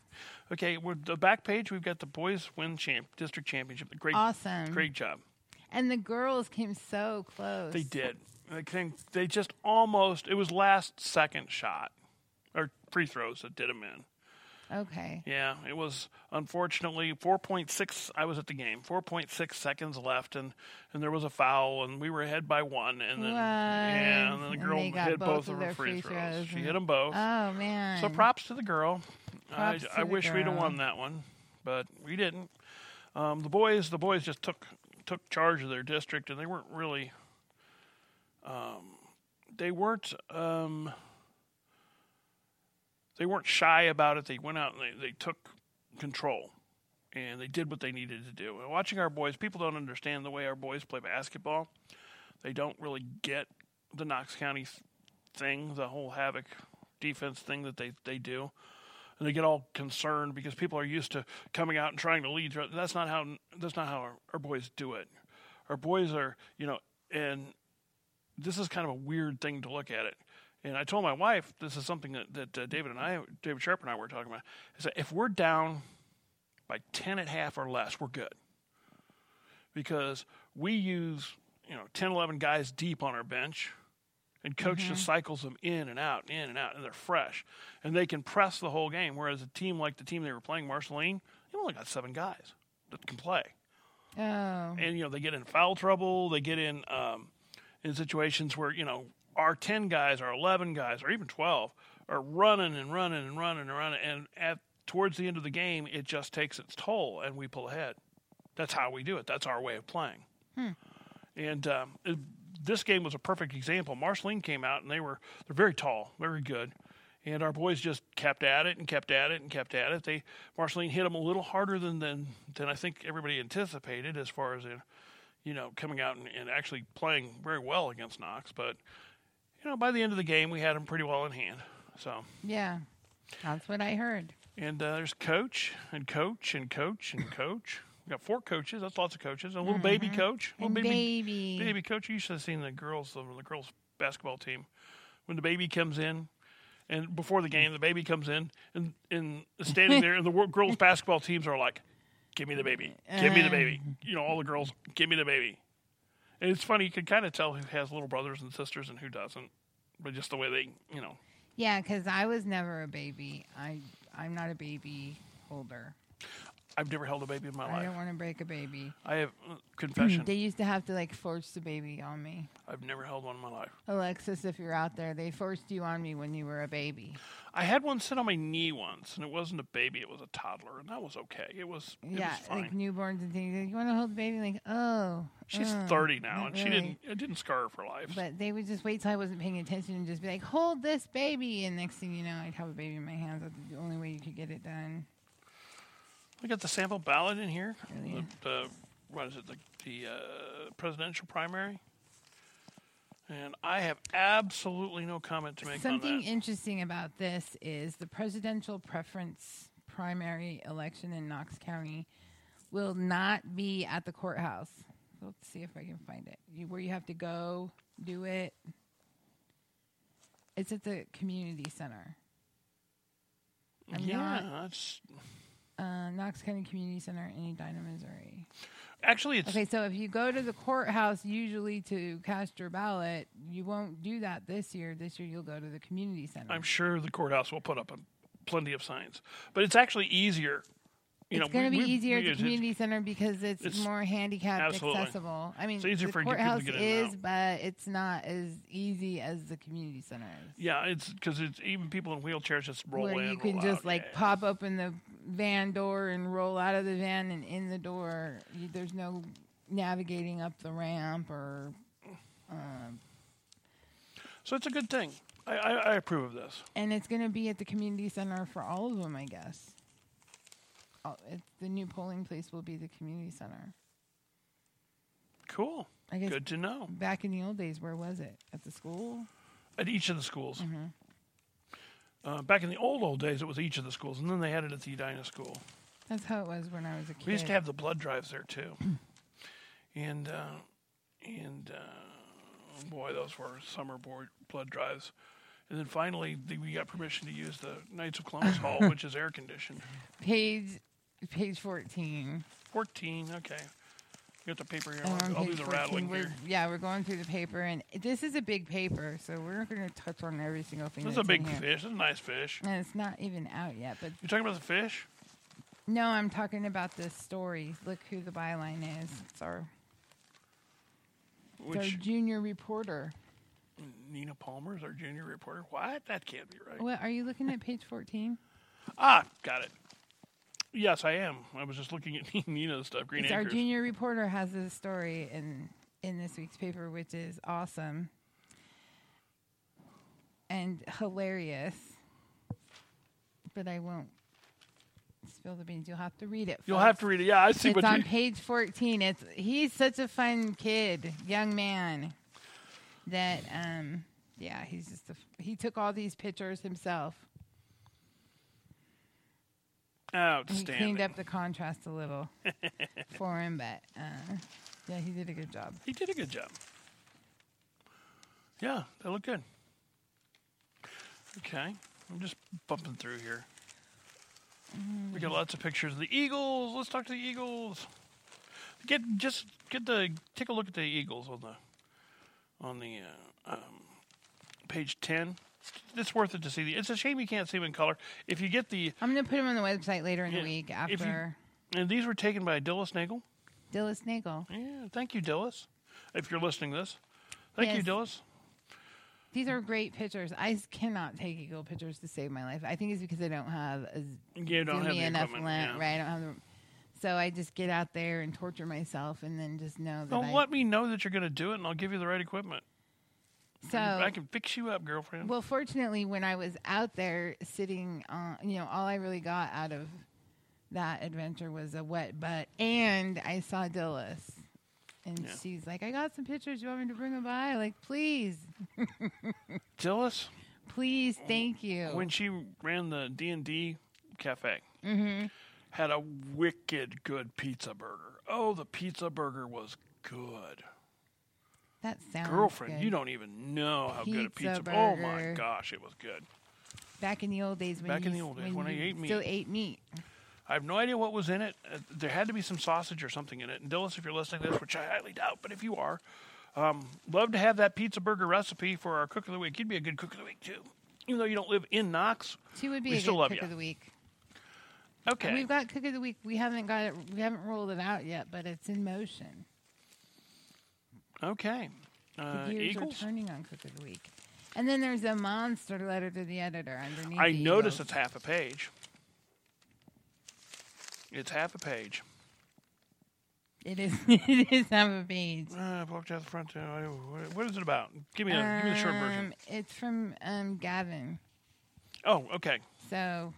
Okay, we're, the back page we've got the boys win champ district championship. Great,
awesome.
great job.
And the girls came so close.
They did. They came, They just almost. It was last second shot or free throws that did them in.
Okay.
Yeah, it was unfortunately 4.6. I was at the game. 4.6 seconds left, and and there was a foul, and we were ahead by one, and then yeah, and then the
What?
girl
And they got
hit
both
both
of
of her
their
free
free
throws.
throws,
She
and-
hit them both.
Oh man.
so props to the girl. I,
Props to
I
the
wish we'd have
girl.
won that one, but we didn't. Um, the boys, the boys just took took charge of their district, and they weren't really, um, they weren't, um, they weren't shy about it. They went out and they, they took control, and they did what they needed to do. And watching our boys, people don't understand the way our boys play basketball. They don't really get the Knox County th- thing, the whole havoc defense thing that they they do and they get all concerned because people are used to coming out and trying to lead. That's not how that's not how our, our boys do it. Our boys are, you know, and this is kind of a weird thing to look at it. And I told my wife this is something that, that uh, David and I, David Sharp and I were talking about. Is that if we're down by ten at half or less, we're good because we use you know 10, 11 guys deep on our bench and coach just cycles them in and out, in and out, and they're fresh, and they can press the whole game. Whereas a team like the team they were playing, Marceline, they only got seven guys that can play,
Oh,
and you know they get in foul trouble, they get in um, in situations where you know our ten guys, our eleven guys, or even twelve are running and running and running and running, and at towards the end of the game, it just takes its toll, and we pull ahead. That's how we do it. That's our way of playing. And um, it- this game was a perfect example. Marceline came out and they were they're very tall, very good. And our boys just kept at it and kept at it and kept at it. They Marceline hit them a little harder than than, than I think everybody anticipated as far as in, you know coming out and, and actually playing very well against Knox. But you know by the end of the game we had them pretty well in hand. So
yeah. That's what I heard.
and uh, there's coach and coach and coach and coach. We got four coaches. That's lots of coaches. A little baby coach. Little
And baby.
Baby coach, you should have seen the girls, the, the girls basketball team. When the baby comes in, and before the game, the baby comes in and and is standing there, and the wor- girls basketball teams are like, "Give me the baby, give
Uh.
me the baby." You know, all the girls, "Give me the baby." And it's funny you can kind of tell who has little brothers and sisters and who doesn't, but just the way they, you know,
Yeah, because I was never a baby. I I'm not a baby holder.
I've never held a baby in my
I
life. Hmm.
don't want to break a baby.
I have uh, confession.
They used to have to like force the baby on me.
I've never held one in my life.
Alexis, if you're out there, they forced you on me when you were a baby.
I had one sit on my knee once, and it wasn't a baby; it was a toddler, and that was okay. It was, it
yeah,
was fine.
like newborns and things. like, You want to hold the baby? Like, oh.
She's
uh,
thirty now,
not
and she
really.
didn't. It didn't scar her for life.
But they would just wait till I wasn't paying attention and just be like, hold this baby. And next thing you know, I'd have a baby in my hands. That's the only way you could get it done.
we got the sample ballot in here.
Really?
The, the what is it? The, the uh, presidential primary. And I have absolutely no comment to make on
Something
that.
interesting about this is the presidential preference primary election in Knox County will not be at the courthouse. Let's see if I can find it. You, where you have to go do it. It's at the community center, I'm
yeah,
not-
that's
uh, Knox County Community Center in Edina, Missouri.
actually it's
Okay, so if you go to the courthouse usually to cast your ballot, you won't do that this year. This year you'll go to the community center.
I'm sure the courthouse will put up a, plenty of signs, but it's actually easier. You
it's
know,
going to
we-
be
we-
easier at
we-
the
it's-
community center because it's,
it's-
more handicapped
absolutely.
accessible. I mean,
It's easier
the
for people to
courthouse
get in and
is, but it's not as easy as the community center is,
Yeah, it's because it's even people in wheelchairs just roll
where
in.
you can
roll
just
out,
like
yeah.
pop open the van door and roll out of the van and in the door. You, there's no navigating up the ramp or um,
So it's a good thing. I, I, I approve of this.
and it's going to be at the community center for all of them, I guess. All- it- the new polling place will be the community center.
Cool.
I guess-
Good to know.
Back in the old days, where was it? At the school?
At each of the schools.
Mm-hmm.
Uh, back in the old old days, it was each of the schools, and then they had it at the Edina school.
That's how it was when I was a kid.
We used to have the blood drives there too,
Hmm.
and uh, and uh, boy, those were summer board blood drives. And then finally, the, we got permission to use the Knights of Columbus
[coughs]
Hall, which is air conditioned.
page page 14.
Fourteen. Okay, you got the paper here.
I'm
I'll,
on
I'll do
page
the
14.
rattling
We're-
here.
Yeah, we're going through the paper, and this is a big paper, so we're not going to touch on every single thing.
This is a
that's
big
in here.
fish. This is a nice fish.
And it's not even out yet, but
You talking about the fish?
no, I'm talking about this story. Look who the byline is. It's our, it's our
Which
junior reporter.
Nina Palmer is our junior reporter. What? That can't be right.
What are you looking at? Page 14.
Ah, got it. Yes, I am. I was just looking at [laughs] Nina's stuff. Green
It's our
Acres.
junior reporter has this story in in this week's paper, which is awesome and hilarious. But I won't spill the beans. You'll have to read it.
You'll
folks.
have to read it. Yeah, I see
It's
what
on
you.
page fourteen. It's he's such a fun kid, young man. That um, yeah, he's just a, f- he took all these pictures himself. He
Outstanding.
cleaned up the contrast a
[laughs]
little for him, but uh, yeah, he did a good job.
He did a good job. Yeah, that looked good. Okay, I'm just bumping through here. We got lots of pictures of the Eagles. Let's talk to the Eagles. Get just get the take a look at the Eagles on the on the uh, um, page ten. It's worth it to see the. It's a shame you can't see them in color. If you get the
I'm gonna put him on the website later in
Yeah,
the week
if you-
after
and these were taken by Dillis Nagel.
Dillis Nagel.
Yeah, thank you, Dillis. If you're listening to this, thank
Yes.
you, Dillis.
These are great pictures. I s- cannot take eagle pictures to save my life. I think it's because I don't have a z-
You don't have
zoomy
the
enough
equipment,
lens,
yeah.
right? I don't have the, so I just get out there and torture myself, and then just know that.
Well,
I,
let me know that you're going to do it, and I'll give you the right equipment.
So
I can fix you up, girlfriend.
Well, fortunately, when I was out there sitting, on, you know, all I really got out of that adventure was a wet butt, and I saw Dillis, and
Yeah.
she's like, "I got some pictures. You want me to bring them by? Like, please,
Dillis,
please, thank you."
when she ran the D and D cafe,
Mm-hmm.
had a wicked good pizza burger. Oh, the pizza burger was good.
that sounds
Girlfriend,
good.
you don't even know how good a
Pizza
pizza. Oh my
burger.
gosh, it was good.
Back in the old days, when
Back
you,
in the old days
when
when I
you
ate
still
meat.
ate meat.
I have no idea what was in it. Uh, There had to be some sausage or something in it. And Dillis, if you're listening to this, which I highly doubt, but if you are, um, love to have that pizza burger recipe for our cook of the week. You'd be a good cook of the week too, even though you don't live in Knox.
She would be
We
a
still
good
love
cook
ya.
of the week.
Okay.
We've got cook of the week. We haven't got it. We haven't rolled it out yet, but it's in motion.
Okay.
The
Uh,
gears
Eagles.
are turning on Cook of the Week. And then there's a monster letter to the editor underneath.
I
the uh,
noticed
Eagles.
it's half a page. It's half a page.
It is. [laughs] It is half a page.
Uh, I walked out the front. door. I- what- What is it about? Give me, a, give me the short version.
Um, It's from um, Gavin.
Oh, okay.
So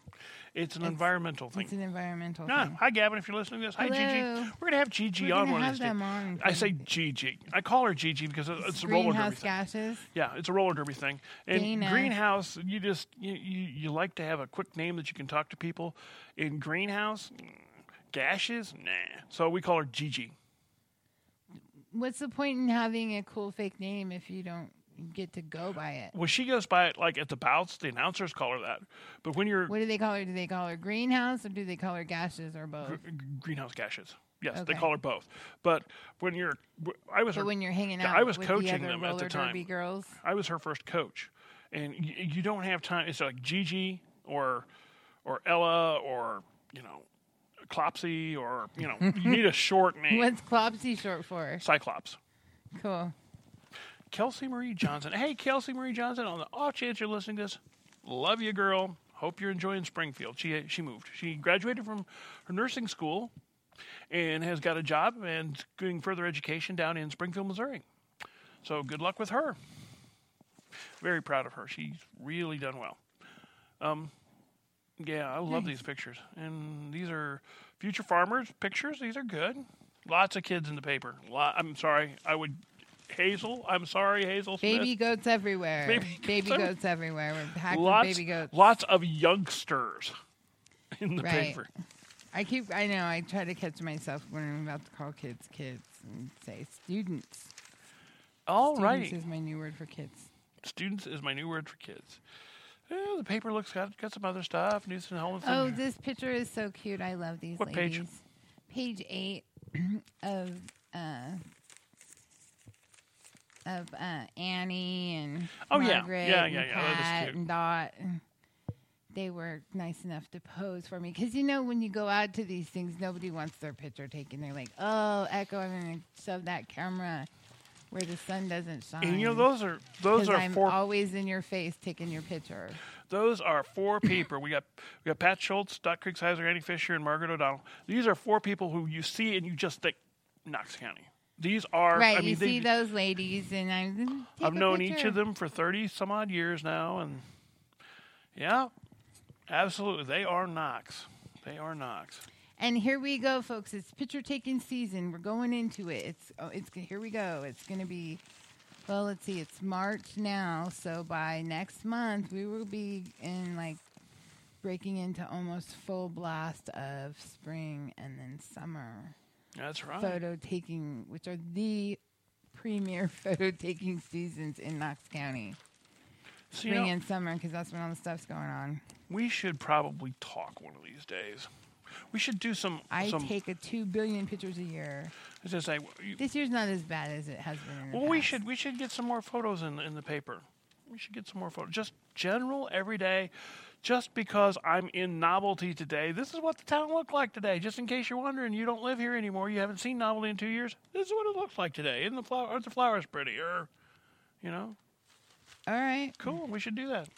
It's an
it's-
environmental thing.
it's an environmental
Ah,
thing.
hi, Gavin, if you're listening to this. Hi,
Hello.
Gigi. We're going to have Gigi
We're
on
gonna
one
have
of these days.
them on
I say
from-
Gigi. I call her Gigi because it's, it's a roller derby
Greenhouse
thing.
gashes.
Yeah, it's a roller derby thing. And
Dana.
greenhouse, you just you, you you like to have a quick name that you can talk to people. In greenhouse, mm, gashes, nah. So we call her Gigi.
What's the point in having a cool fake name if you don't get to go by it?
Well, she goes by it like at the bouts. The announcers call her that. But when you're
What do they call her? Do they call her greenhouse or do they call her gashes or both?
gr- greenhouse gashes, yes, they
Okay.
call her both. But when you're, I was her,
But when you're hanging
Yeah,
out
I was
with
coaching
the other
them at
roller
the time.
derby girls,
I was her first coach, and you, you don't have time. It's like Gigi or or Ella or you know Clopsy or you know you need a short name.
what's Clopsy short for?
Cyclops.
Cool.
Kelsey Marie Johnson. Hey, Kelsey Marie Johnson. On the off chance you're listening to this, love you, girl. Hope you're enjoying Springfield. She she moved. She graduated from her nursing school, and has got a job and doing further education down in Springfield, Missouri. So good luck with her. Very proud of her. She's really done well. Um, yeah, I love these pictures. And these are future farmers pictures. These are good. Lots of kids in the paper. Lot, I'm sorry. I would Hazel. I'm sorry, Hazel. Smith.
Baby goats everywhere.
Baby
Baby,
goats every-
goats everywhere. We're packed
lots,
with baby goats.
lots of youngsters in the
Right.
paper.
I keep. I know. I try to catch myself when I'm about to call kids kids and say students.
All
Students
right.
is my new word for kids.
Students is my new word for kids. Eh, the paper looks got got some other stuff. News and Holmes.
Oh, this picture is so cute. I love these
What page?
ladies. Page, eight [clears throat] of uh, of uh, Annie and
Oh, yeah.
Margaret
Yeah,
and
yeah, yeah. That is
Pat
cute.
and Dot. They were nice enough to pose for me because you know when you go out to these things, nobody wants their picture taken. They're like, "Oh, Echo, I'm gonna shove that camera where the sun doesn't shine."
and you know those are
'cause
those are
I'm
four
always in your face taking your picture.
Those are four people. we got we got Pat Schultz, Doc Krigsheiser, Andy Fisher, and Margaret O'Donnell. These are four people who you see and you just think Knox County. These are
Right,
I mean,
you
they-
see those ladies, and I'm.
I've known each of them for thirty some odd years now, and yeah, absolutely, they are Knox. They are Knox.
And here we go, folks. It's picture taking season. We're going into it. It's oh, it's here we go. It's going to be. Well, let's see. It's March now, so by next month we will be in like breaking into almost full blast of spring and then summer
That's right.
photo taking, which are the premier [laughs] photo taking seasons in Knox County.
So, you
Spring
know,
and summer, because that's when all the stuff's going on.
we should probably talk one of these days. We should do some.
I
some,
take a two billion pictures a year.
it's Just say, you-
This year's not as bad as it has been. In the
well, we
past.
should we should get some more photos in in the paper. We should get some more photos. Just general everyday. Just because I'm in novelty today, this is what the town looked like today. Just in case you're wondering, you don't live here anymore. You haven't seen novelty in two years. This is what it looks like today. Isn't the flower? Aren't the flowers pretty? Or, you know,
All right.
cool. We should do that.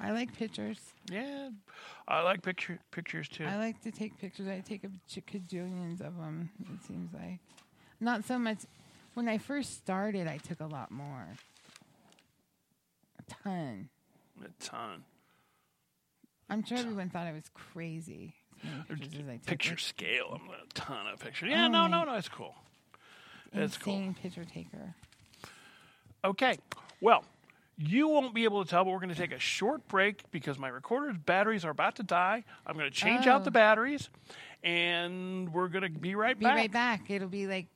I like pictures.
Yeah, I like picture pictures too.
I like to take pictures. I take a ch- cajillions of them. It seems like not so much. When I first started, I took a lot more. A ton.
a ton.
I'm sure everyone thought I was crazy. as many Pictures, as I took.
picture
Like,
scale. I'm a ton of pictures. Yeah,
Oh,
no,
my-
no, no. It's cool. It's cool.
insane picture taker.
Okay. Well, you won't be able to tell, but we're going to take a short break because my recorder's batteries are about to die. I'm going to change out
Oh.
the batteries, and we're going to be right
Be
back.
right back. It'll be like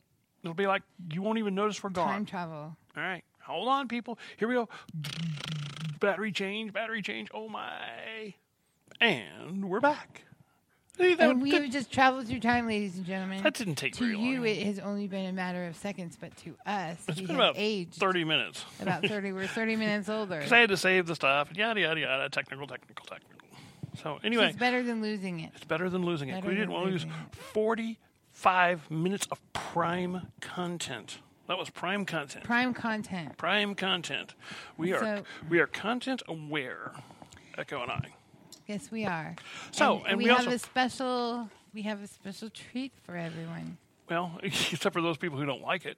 It'll be like you won't even notice we're
time
gone.
travel.
All right. Hold on, people. Here we go. Battery change, battery change. Oh, my. And we're back. See, that,
and we
that-
have just traveled through time, ladies and gentlemen.
that didn't take
to
very long.
you, it has only been a matter of seconds, but to us,
it's
we
been
have
about
aged
30 minutes. [laughs]
about thirty. We're thirty minutes older.
Because I had to save the stuff, yada, yada, yada, technical, technical, technical. So, anyway.
It's better than losing it.
It's better than losing it.
Better
We
than
didn't want to lose
losing
45 minutes of prime content. That was prime content.
Prime content.
Prime content. We are
So-
we are content aware. Echo and I.
Yes, we are.
So, and
we,
we
have
also-
a special we have a special treat for everyone.
Well, [laughs] except for those people who don't like it.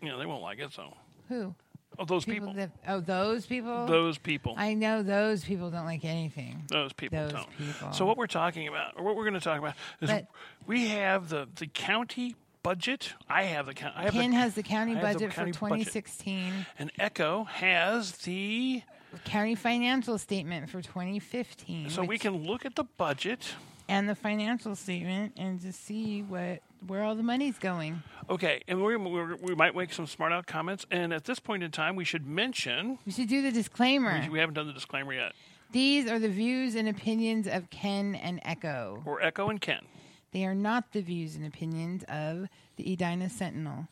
You know, they won't like it. So,
Who?
oh, those
People,
people,
that oh those people.
those people,
I know those people don't like anything.
those people
Those
don't.
people.
So, what we're talking about, or what we're going to talk about, is
But-
we have the the county budget. I have the county. I have
Ken
the,
has the county
I have the
budget
county
for
budget.
2016,
and Echo has the
county financial statement for 2015,
So we
which-
can look at the budget.
and the financial statement and just see what where all the money's going.
Okay, and we're, we're, we might make some smart out comments. And at this point in time, we should mention
We should do the disclaimer.
we, we haven't done the disclaimer yet.
These are the views and opinions of Ken and Echo.
We're Echo and Ken,
They are not the views and opinions of the Edina Sentinel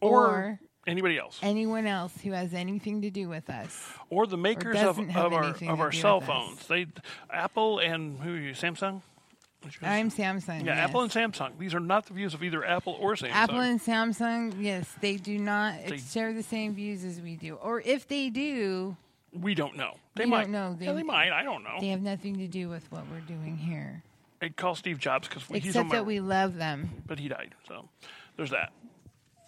or,
Or-
anybody else,
anyone else who has anything to do with us.
or the makers of,
doesn't have
of our
anything
of
to
our
do
cell
with us.
phones. They, Apple and who are you? Samsung. Which was-
I'm Samsung.
yeah,
yes.
Apple and Samsung. These are not the views of either Apple or Samsung.
Apple and Samsung, yes, they do not
They-
share the same views as we do. Or if they do,
we don't know. They
We don't
might.
know.
They,
They-
yeah, they might. I don't know.
they have nothing to do with what we're doing here.
I'd call Steve Jobs because he's on
Except
my
that we love them.
but he died. So there's that.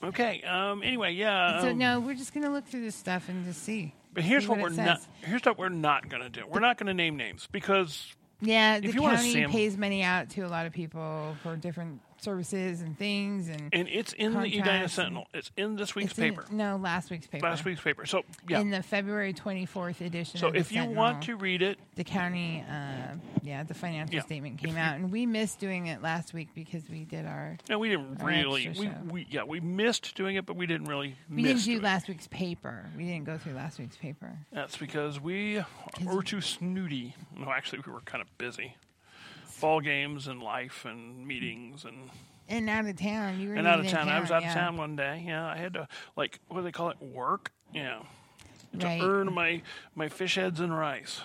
Okay. Um, anyway, yeah.
So
um,
no, we're just gonna look through this stuff and just see.
But here's
see
what,
what
we're
it
not.
says.
Here's what we're not going to do. We're not going to name names because
Yeah, the
you wanna see
county
'em-
pays money out to a lot of people for different services and things and
and it's in the Edina
Contracts.
Sentinel. It's in this week's
It's in-
paper,
no, last week's paper.
last week's paper. So yeah.
In the February 24th edition.
so
of the
if you want to
Sentinel,
read it,
The county, uh, yeah, the financial
Yeah.
statement came out, and we missed doing it last week because we did our.
no, we didn't
Our
really.
extra
We,
show.
we yeah, we missed doing it, but we didn't really.
We
miss
didn't do
doing it.
last week's paper. We didn't go through last week's paper.
That's because we were too snooty. No, actually, we were kind of busy. Ball games and life and meetings and
And out of town, you were
and out of
even in
town. I was out
yeah.
of town one day. Yeah, I had to like what do they call it? Work. Yeah, to
Right.
earn my my fish heads and rice.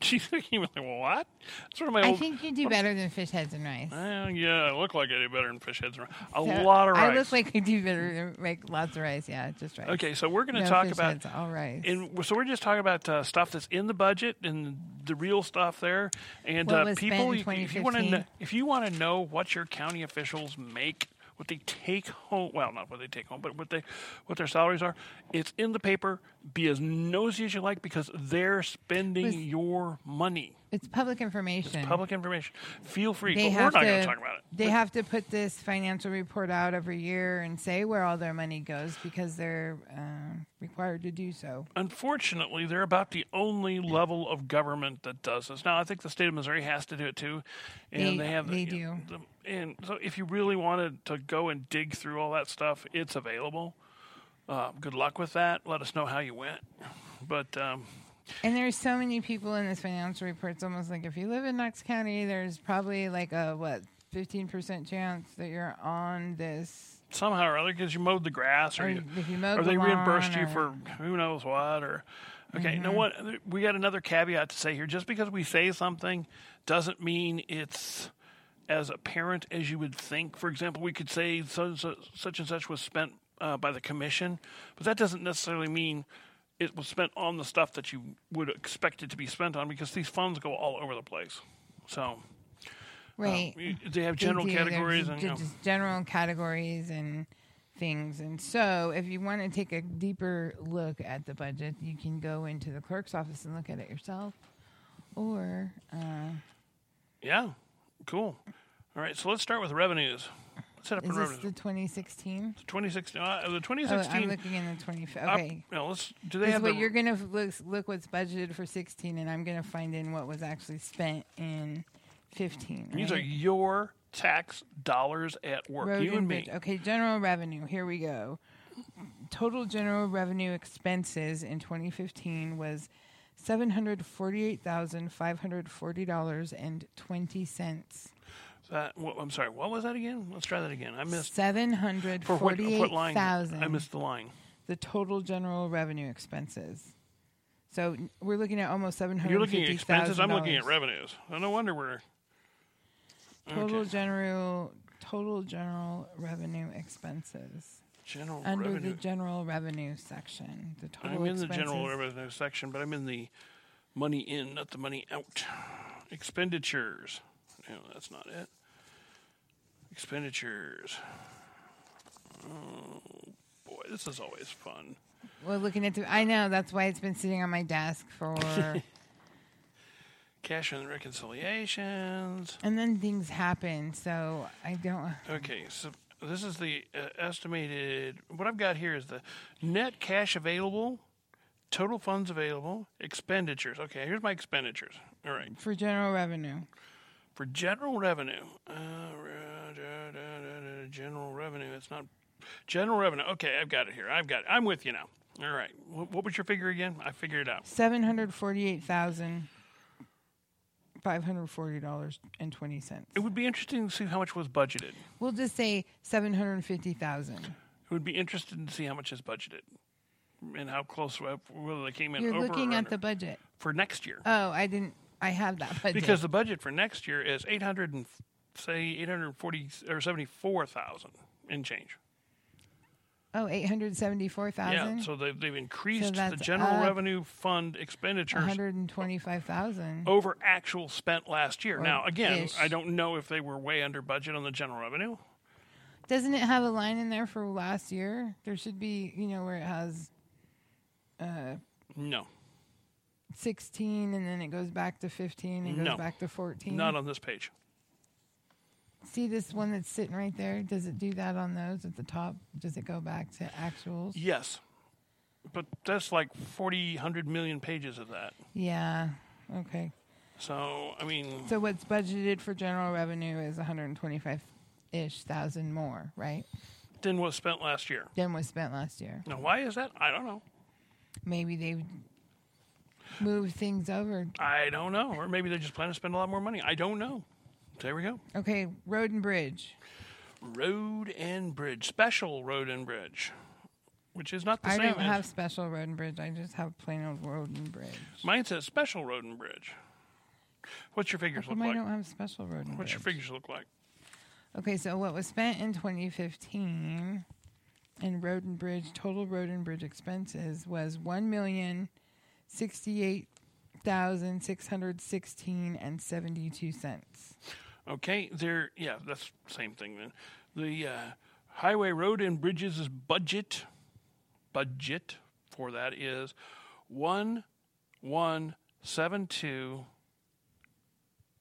[laughs] She's thinking like, well, what? That's one of my
I
old.
think you do better than fish heads and rice.
Well, yeah, I look like I do better than fish heads. and ri- A
So
lot of rice.
I look like I do better than like lots of rice. Yeah, just rice.
okay, so we're going to
No
talk
fish
about
heads, all rice.
And we're- so we're just talking about uh, stuff that's in the budget and the real stuff there. And
What
uh,
was spent
people,
in
you- if you want to,
2015?
know, if you want to know what your county officials make, what they take home, well, not what they take home, but what they, what their salaries are, it's in the paper. Be as nosy as you like because they're spending
Was-
your money.
it's public information.
Public information. Feel free,
They
but we're
have
not going
to-
to talk about it.
They have to put this financial report out every year and say where all their money goes because they're uh, required to do so.
unfortunately, they're about the only level of government that does this. Now, I think the state of Missouri has to do it too, and
They-
they, have
they
the,
do.
the- and so, if you really wanted to go and dig through all that stuff, it's available. Uh, good luck with that. Let us know how you went. But um,
And there's so many people in this financial report. It's almost like if you live in Knox County, there's probably like a what 15% chance that you're on this.
somehow or other, because you mowed the grass, or,
Or
you,
if you mowed
or
the
they reimbursed
lawn
you
or- Mm-hmm.
for who knows what, or okay, you know what? We got another caveat to say here. Just because we say something doesn't mean it's as apparent as you would think. For example, we could say so, so, such and such was spent uh, by the commission, but that doesn't necessarily mean it was spent on the stuff that you would expect it to be spent on, because these funds go all over the place. So. Oh,
Right.
y- They have general
They do. There's
categories and
ju-
you know,
just general categories and things. And so, if you want to take a deeper look at the budget, you can go into the clerk's office and look at it yourself, or uh,
Yeah, cool. All right, so let's start with revenues. Let's set up in
is this
revenues.
the 2016?
2016. Uh, the
Oh, I'm
2016.
looking in the 25.
up-
Okay.
no, let's. Do they
Because
have
what
the?
you're gonna f- look look what's budgeted for 16, and I'm gonna find in what was actually spent in 15.
these are
right?
your tax dollars at work.
Road
you and me.
bridge. Okay, general revenue. Here we go. Total general revenue expenses in 2015 was seven hundred forty-eight thousand five hundred forty dollars and twenty cents.
That, wha- I'm sorry. What was that again? Let's try that again. I missed.
Seven hundred
For what, what
forty-eight
line? I
thousand.
missed the line.
The total general revenue expenses. So n- we're looking at almost seven
You're
hundred
looking at
fifty
expenses.
thousand.
I'm looking at revenues. So no wonder we're.
Total
Okay.
general total general revenue expenses
General
under
revenue.
the general revenue section. The total
I'm in the general
expenses-
revenue section, but I'm in the money in, not the money out. Expenditures. No, that's not it. Expenditures. Oh boy, this is always fun.
Well, looking at the, I know that's why it's been sitting on my desk
[laughs]
for,
Cash and reconciliations.
and then things happen, so I don't.
Okay, so this is the uh, estimated. What I've got here is the net cash available, total funds available, expenditures. Okay, here's my expenditures. All right.
For general revenue,
for general revenue. Uh, re- da- da- da- da- general revenue. It's not general revenue. Okay, I've got it here. I've got it. I'm with you now. All right. What, what was your figure again? I figured it out.
seven hundred forty-eight thousand five hundred forty dollars and twenty cents.
It would be interesting to see how much was budgeted.
We'll just say seven hundred fifty thousand.
It would be interesting to see how much is budgeted and how close whether they came in
You're
over
looking
or
at
under
the budget.
for next year.
Oh, I didn't. I have that budget.
because the budget for next year is 800 and say 840 or 74,000 in change.
oh, eight hundred seventy-four thousand.
Yeah, so they've, they've increased the
that's
general
up
revenue fund expenditures
125,000.
over actual spent last year.
Or
now, again,
ish.
I don't know if they were way under budget on the general revenue.
Doesn't it have a line in there for last year? There should be, you know, where it has
No,
16 and then it goes back to 15 and goes
No.
back to 14.
not on this page.
See this one that's sitting right there? Does it do that on those at the top? Does it go back to actuals?
Yes, but that's like 40, 100 million pages of that.
Yeah. Okay.
So, I mean,
So what's budgeted for general revenue is 125 ish thousand more, right?
then was spent last year.
Than was spent last year.
Now, why is that? I don't know.
Maybe they moved things over.
I don't know. Or maybe they just plan to spend a lot more money. I don't know. There we go.
Okay, road and bridge.
Road and bridge, special road and bridge, which is not the
I
same
don't
as
have special road and bridge. I just have plain old road and bridge.
mine says special road and bridge. What's your figures
How
look
come I
like?
don't have special road and
What's your
bridge?
figures look like?
Okay, so what was spent in 2015 in road and bridge total road and bridge expenses was one million sixty-eight thousand six hundred sixteen and seventy-two cents.
Okay, there. Yeah, that's the same thing. Then the uh, highway, road, and bridges is budget. Budget for that is one one seven two.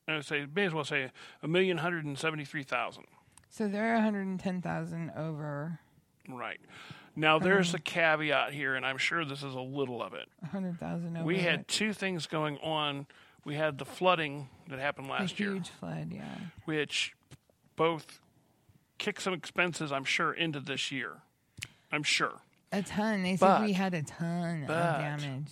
I would say may as well say a million hundred and seventy three thousand.
So they're one hundred and ten thousand over
Right. Now there's a caveat here, and I'm sure this is a little of it.
one hundred thousand over.
We had
what-
two things going on. We had the flooding that happened
a
last year.
huge flood, yeah.
which both kick some expenses, I'm sure, into this year. I'm sure.
A ton. They
But-
said we had a ton
but-
of damage.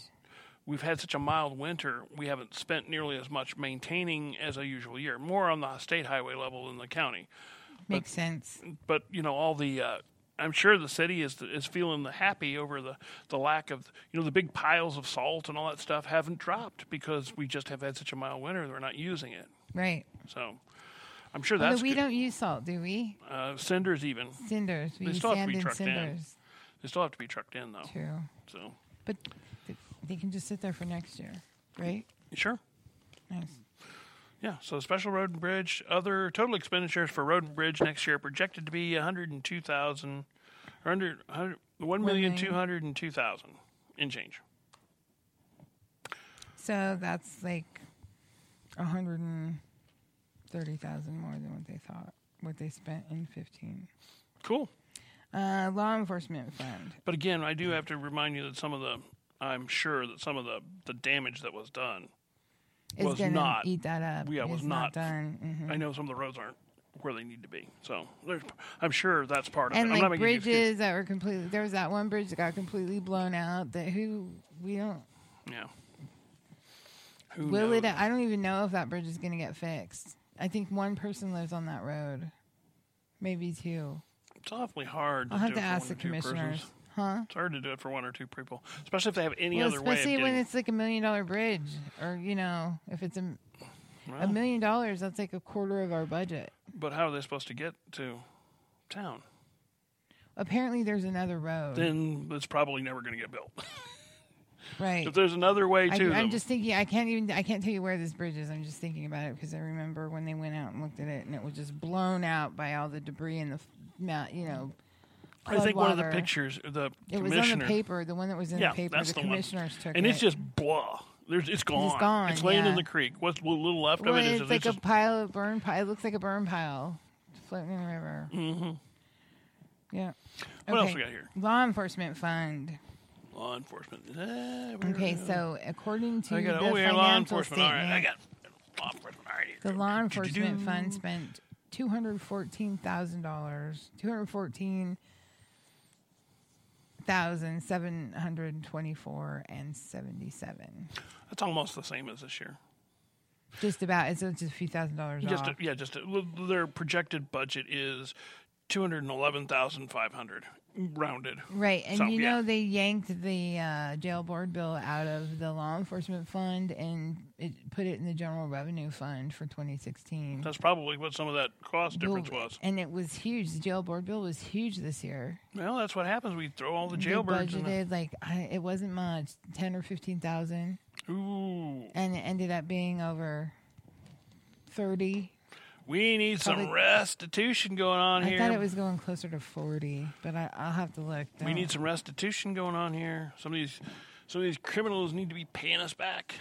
We've had such a mild winter, we haven't spent nearly as much maintaining as a usual year, more on the state highway level than the county.
Makes sense.
But, you know, all the. Uh, I'm sure the city is is feeling the happy over the, the lack of you know the big piles of salt and all that stuff haven't dropped because we just have had such a mild winter we're not using it
Right.
so I'm sure
Although
that's
we
good.
don't use salt, do we?
Uh, cinders even
Cinders. We
They
use
still have to
sand
be
and
trucked in.
cinders.
they still have to be trucked in though
True.
so
But th- they can just sit there for next year, right?
sure
Nice.
Yeah, so special road and bridge, other total expenditures for road and bridge next year are projected to be 102,000 or under 100 1,202,000 in change.
So that's like a hundred and thirty thousand more than what they thought, what they spent in fifteen.
Cool.
Uh, law enforcement fund.
But again, I do have to remind you that some of the I'm sure that some of the the damage that was done.
is
Was
gonna
not-
eat that up.
yeah, was
It's
not-
done. Mhm.
I know some of the roads aren't where they need to be. So, there's I'm sure that's part of
And
it. I'm not
like
making an excuse.
bridges that were completely there was that one bridge that got completely blown out that who we don't
Yeah. Who
will
knows?
it I don't even know if that bridge is gonna get fixed. I think one person lives on that road. Maybe two.
It's awfully hard to
I'll have
do
to
it for
ask
one
the
or two
commissioners.
persons.
Huh?
It's hard to do it for one or two people, especially if they have any
Well,
other way of
especially when
getting-
it's like a million dollar bridge, or you know, if it's a, a
Well.
million dollars, that's like a quarter of our budget.
But how are they supposed to get to town?
Apparently, there's another road,
Then it's probably never going to get built.
right?
if there's another way
I,
to them,
I'm just thinking. I can't even. I can't tell you where this bridge is. I'm just thinking about it because I remember when they went out and looked at it, and it was just blown out by all the debris and the, f- mou- you know,
I think one of the
floodwater.
pictures, the
It was on
commissioner,
the paper. The one that was in
yeah,
the paper. the
that's the
commissioners
one,
took
and
it.
it's just blah. There's, it's gone.
gone,
It's laying
yeah.
in the creek. What's what little left
Well,
of it is
it's like a
just,
pile of burn pile. It looks like a burn pile floating in the river. Mm-hmm. Yeah.
What else we got here?
Law enforcement fund.
law enforcement. Eh, we're-
Okay, so according to
I got
the
over here
financial
law enforcement. All
statement,
right, I got law enforcement. All right, here
the
we
law
go.
enforcement
Do-do-do.
fund spent two hundred fourteen thousand dollars, two hundred fourteen thousand seven hundred twenty-four and seventy-seven.
That's almost the same as this year.
Just about. It's just a few thousand dollars
Just
off.
a, yeah, just a, well, their projected budget is two hundred and eleven thousand five hundred, rounded.
Right, and
So,
you
yeah.
know they yanked the uh, jail board bill out of the law enforcement fund and it put it in the general revenue fund for 2016.
That's probably what some of that cost difference
Bill-
was.
and it was huge. The jail board bill was huge this year.
Well, that's what happens. We throw all the
They
jailbirds in the
budgeted like I, it wasn't much, ten or fifteen thousand,
Ooh,
and it ended up being over thirty.
we need some
Probably-
restitution going on
I
here.
thought it was going closer to forty, but I, I'll have to look.
we need some restitution going on here. Some of these, some of these criminals need to be paying us back.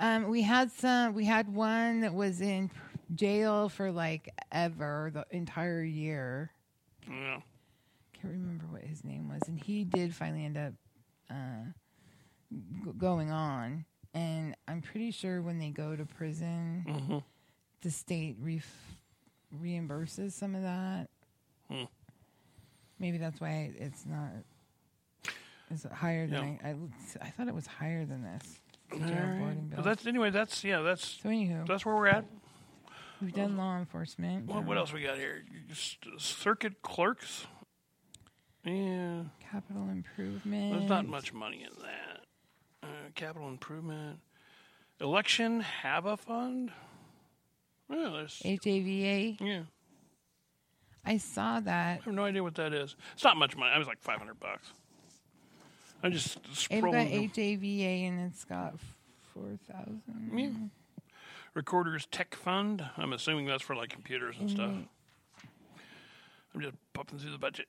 Um, we had some. We had one that was in jail for like ever, the entire year.
Yeah.
Can't remember what his name was, and he did finally end up uh, g- going on. And I'm pretty sure when they go to prison,
Mm-hmm.
the state ref- reimburses some of that.
Hmm.
Maybe that's why it's not. Is it higher than
Yeah.
I, I? looked- I thought it was higher than this. the
All
jail boarding
right. But
bill.
that's anyway. That's yeah. That's
so anywho,
that's where we're at.
We've done law enforcement.
What, what
um,
else we got here? Just uh, circuit clerks. Yeah.
Capital improvement.
There's not much money in that. Uh, capital improvement. Election have a fund? Yeah, there's,
HAVA.
yeah.
I saw that.
I have no idea what that is. It's not much money. I was like 500 bucks. I'm just
It got
scrolling. through.
HAVA and it's got four thousand.
Yeah. Recorders Tech Fund. I'm assuming that's for like computers and stuff. Mm-hmm. I'm just popping through the budget.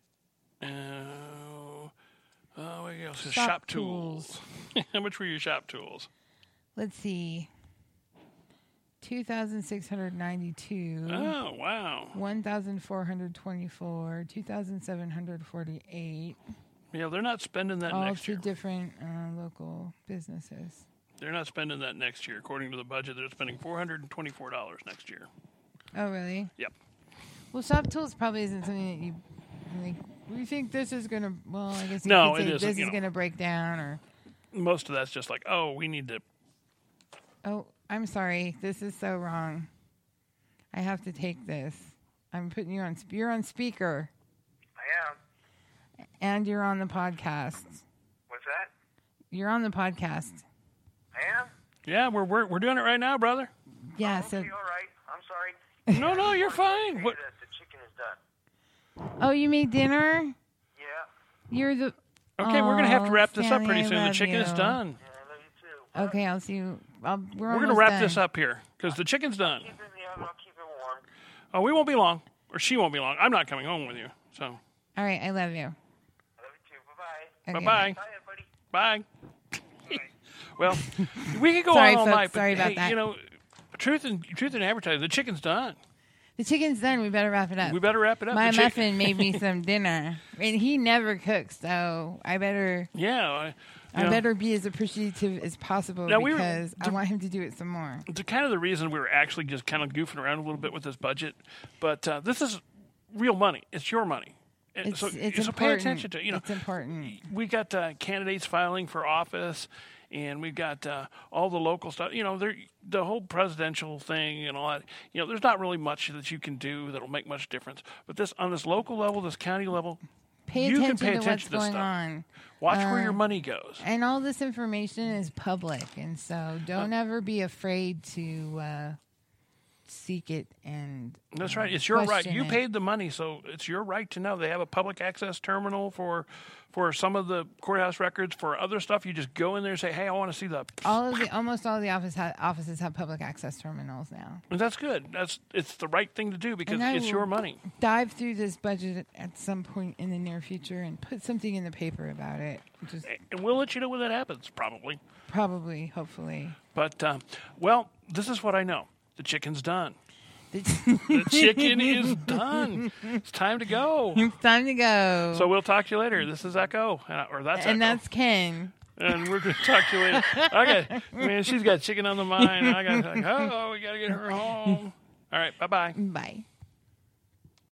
Uh, uh, what else? Shop,
Shop
tools. [laughs] How much were your shop tools?
Let's see. Two thousand six hundred ninety-two.
Oh, wow.
1,424, 2,748,
Yeah, they're not spending that
all
next
to
year.
different uh, local businesses.
They're not spending that next year. According to the budget, they're spending $424 next year.
Oh, really?
Yep.
Well, shop tools probably isn't something that you like. We think this is gonna. Well, I guess you
No,
could
it
say
isn't,
This
you
is
know.
gonna break down, or
Most of that's just like, oh, we need to.
oh, I'm sorry, this is so wrong. I have to take this. I'm putting you on. sp- You're on speaker,
I am.
and you're on the podcast.
What's that?
You're on the podcast.
I am.
Yeah, we're we're, we're doing it right now, brother.
Yeah. So,
Okay, all right. I'm sorry.
No,
[laughs]
no, you're fine.
Hey,
What?
The, the chicken is done.
oh, you made dinner.
Yeah.
You're the.
Okay, we're gonna have to
Aw,
wrap this up
Stanley,
pretty
I
soon. The
love
chicken is
you.
done.
Yeah, I love you too.
Okay, I'll see you. I'll, we're
We're gonna
almost
wrap
done.
this up here because the chicken's done.
Keep it in the oven. I'll keep it warm.
Oh, we won't be long, or she won't be long. I'm not coming home with you. So,
All right, I love you.
I love you too. Bye-bye.
Okay.
bye
Bye, everybody.
bye, [laughs] bye. well, we could go
Sorry,
on all
folks.
night. But,
Sorry about
hey,
that.
You know, truth and truth and advertising. The chicken's done.
The chicken's done. We better wrap it up.
We better wrap it up.
My
The chick-
muffin made me
[laughs]
some dinner, and he never cooks, so I better
Yeah. I, you
I
know,
better be as appreciative as possible
Now, we were-
because I want him to do it some more.
the kind of the reason we were actually just kind of goofing around a little bit with this budget, but uh, this is real money. It's your money, and
It's
so,
it's
so
important.
pay attention to it. you know.
it's important.
we got uh, candidates filing for office, and we've got uh, all the local stuff. You know, there the whole presidential thing and all that. You know, there's not really much that you can do that'll make much difference. But this on this local level, this county level,
Pay
you
attention
can pay
to
attention
what's
to this
going
stuff.
on, Um,
Watch where your money goes.
and all this information is public, and so don't ever be afraid to uh, seek it and
That's right. It's your right.
question
You
it.
paid the money, so it's your right to know. They have a public access terminal for for some of the courthouse records. For other stuff, you just go in there and say, "Hey, I want to see the."
all of the almost all the office ha- offices have public access terminals now.
And that's good. That's it's the right thing to do because
And I
it's
will-
your money.
dive through this budget at some point in the near future and put something in the paper about it. Just
and we'll let you know when that happens, probably.
probably,
[laughs]
hopefully. [laughs]
But uh, well, this is what I know: the chicken's done.
it's [laughs]
The chicken is done. It's time to go.
time to go.
So we'll talk to you later. This is Echo, uh, or that's
and
Echo,
that's Ken.
and we're going to talk to you later. Okay, man, she's got chicken on the mind. I got like, oh, we got to get her home. All right, bye bye.
Bye.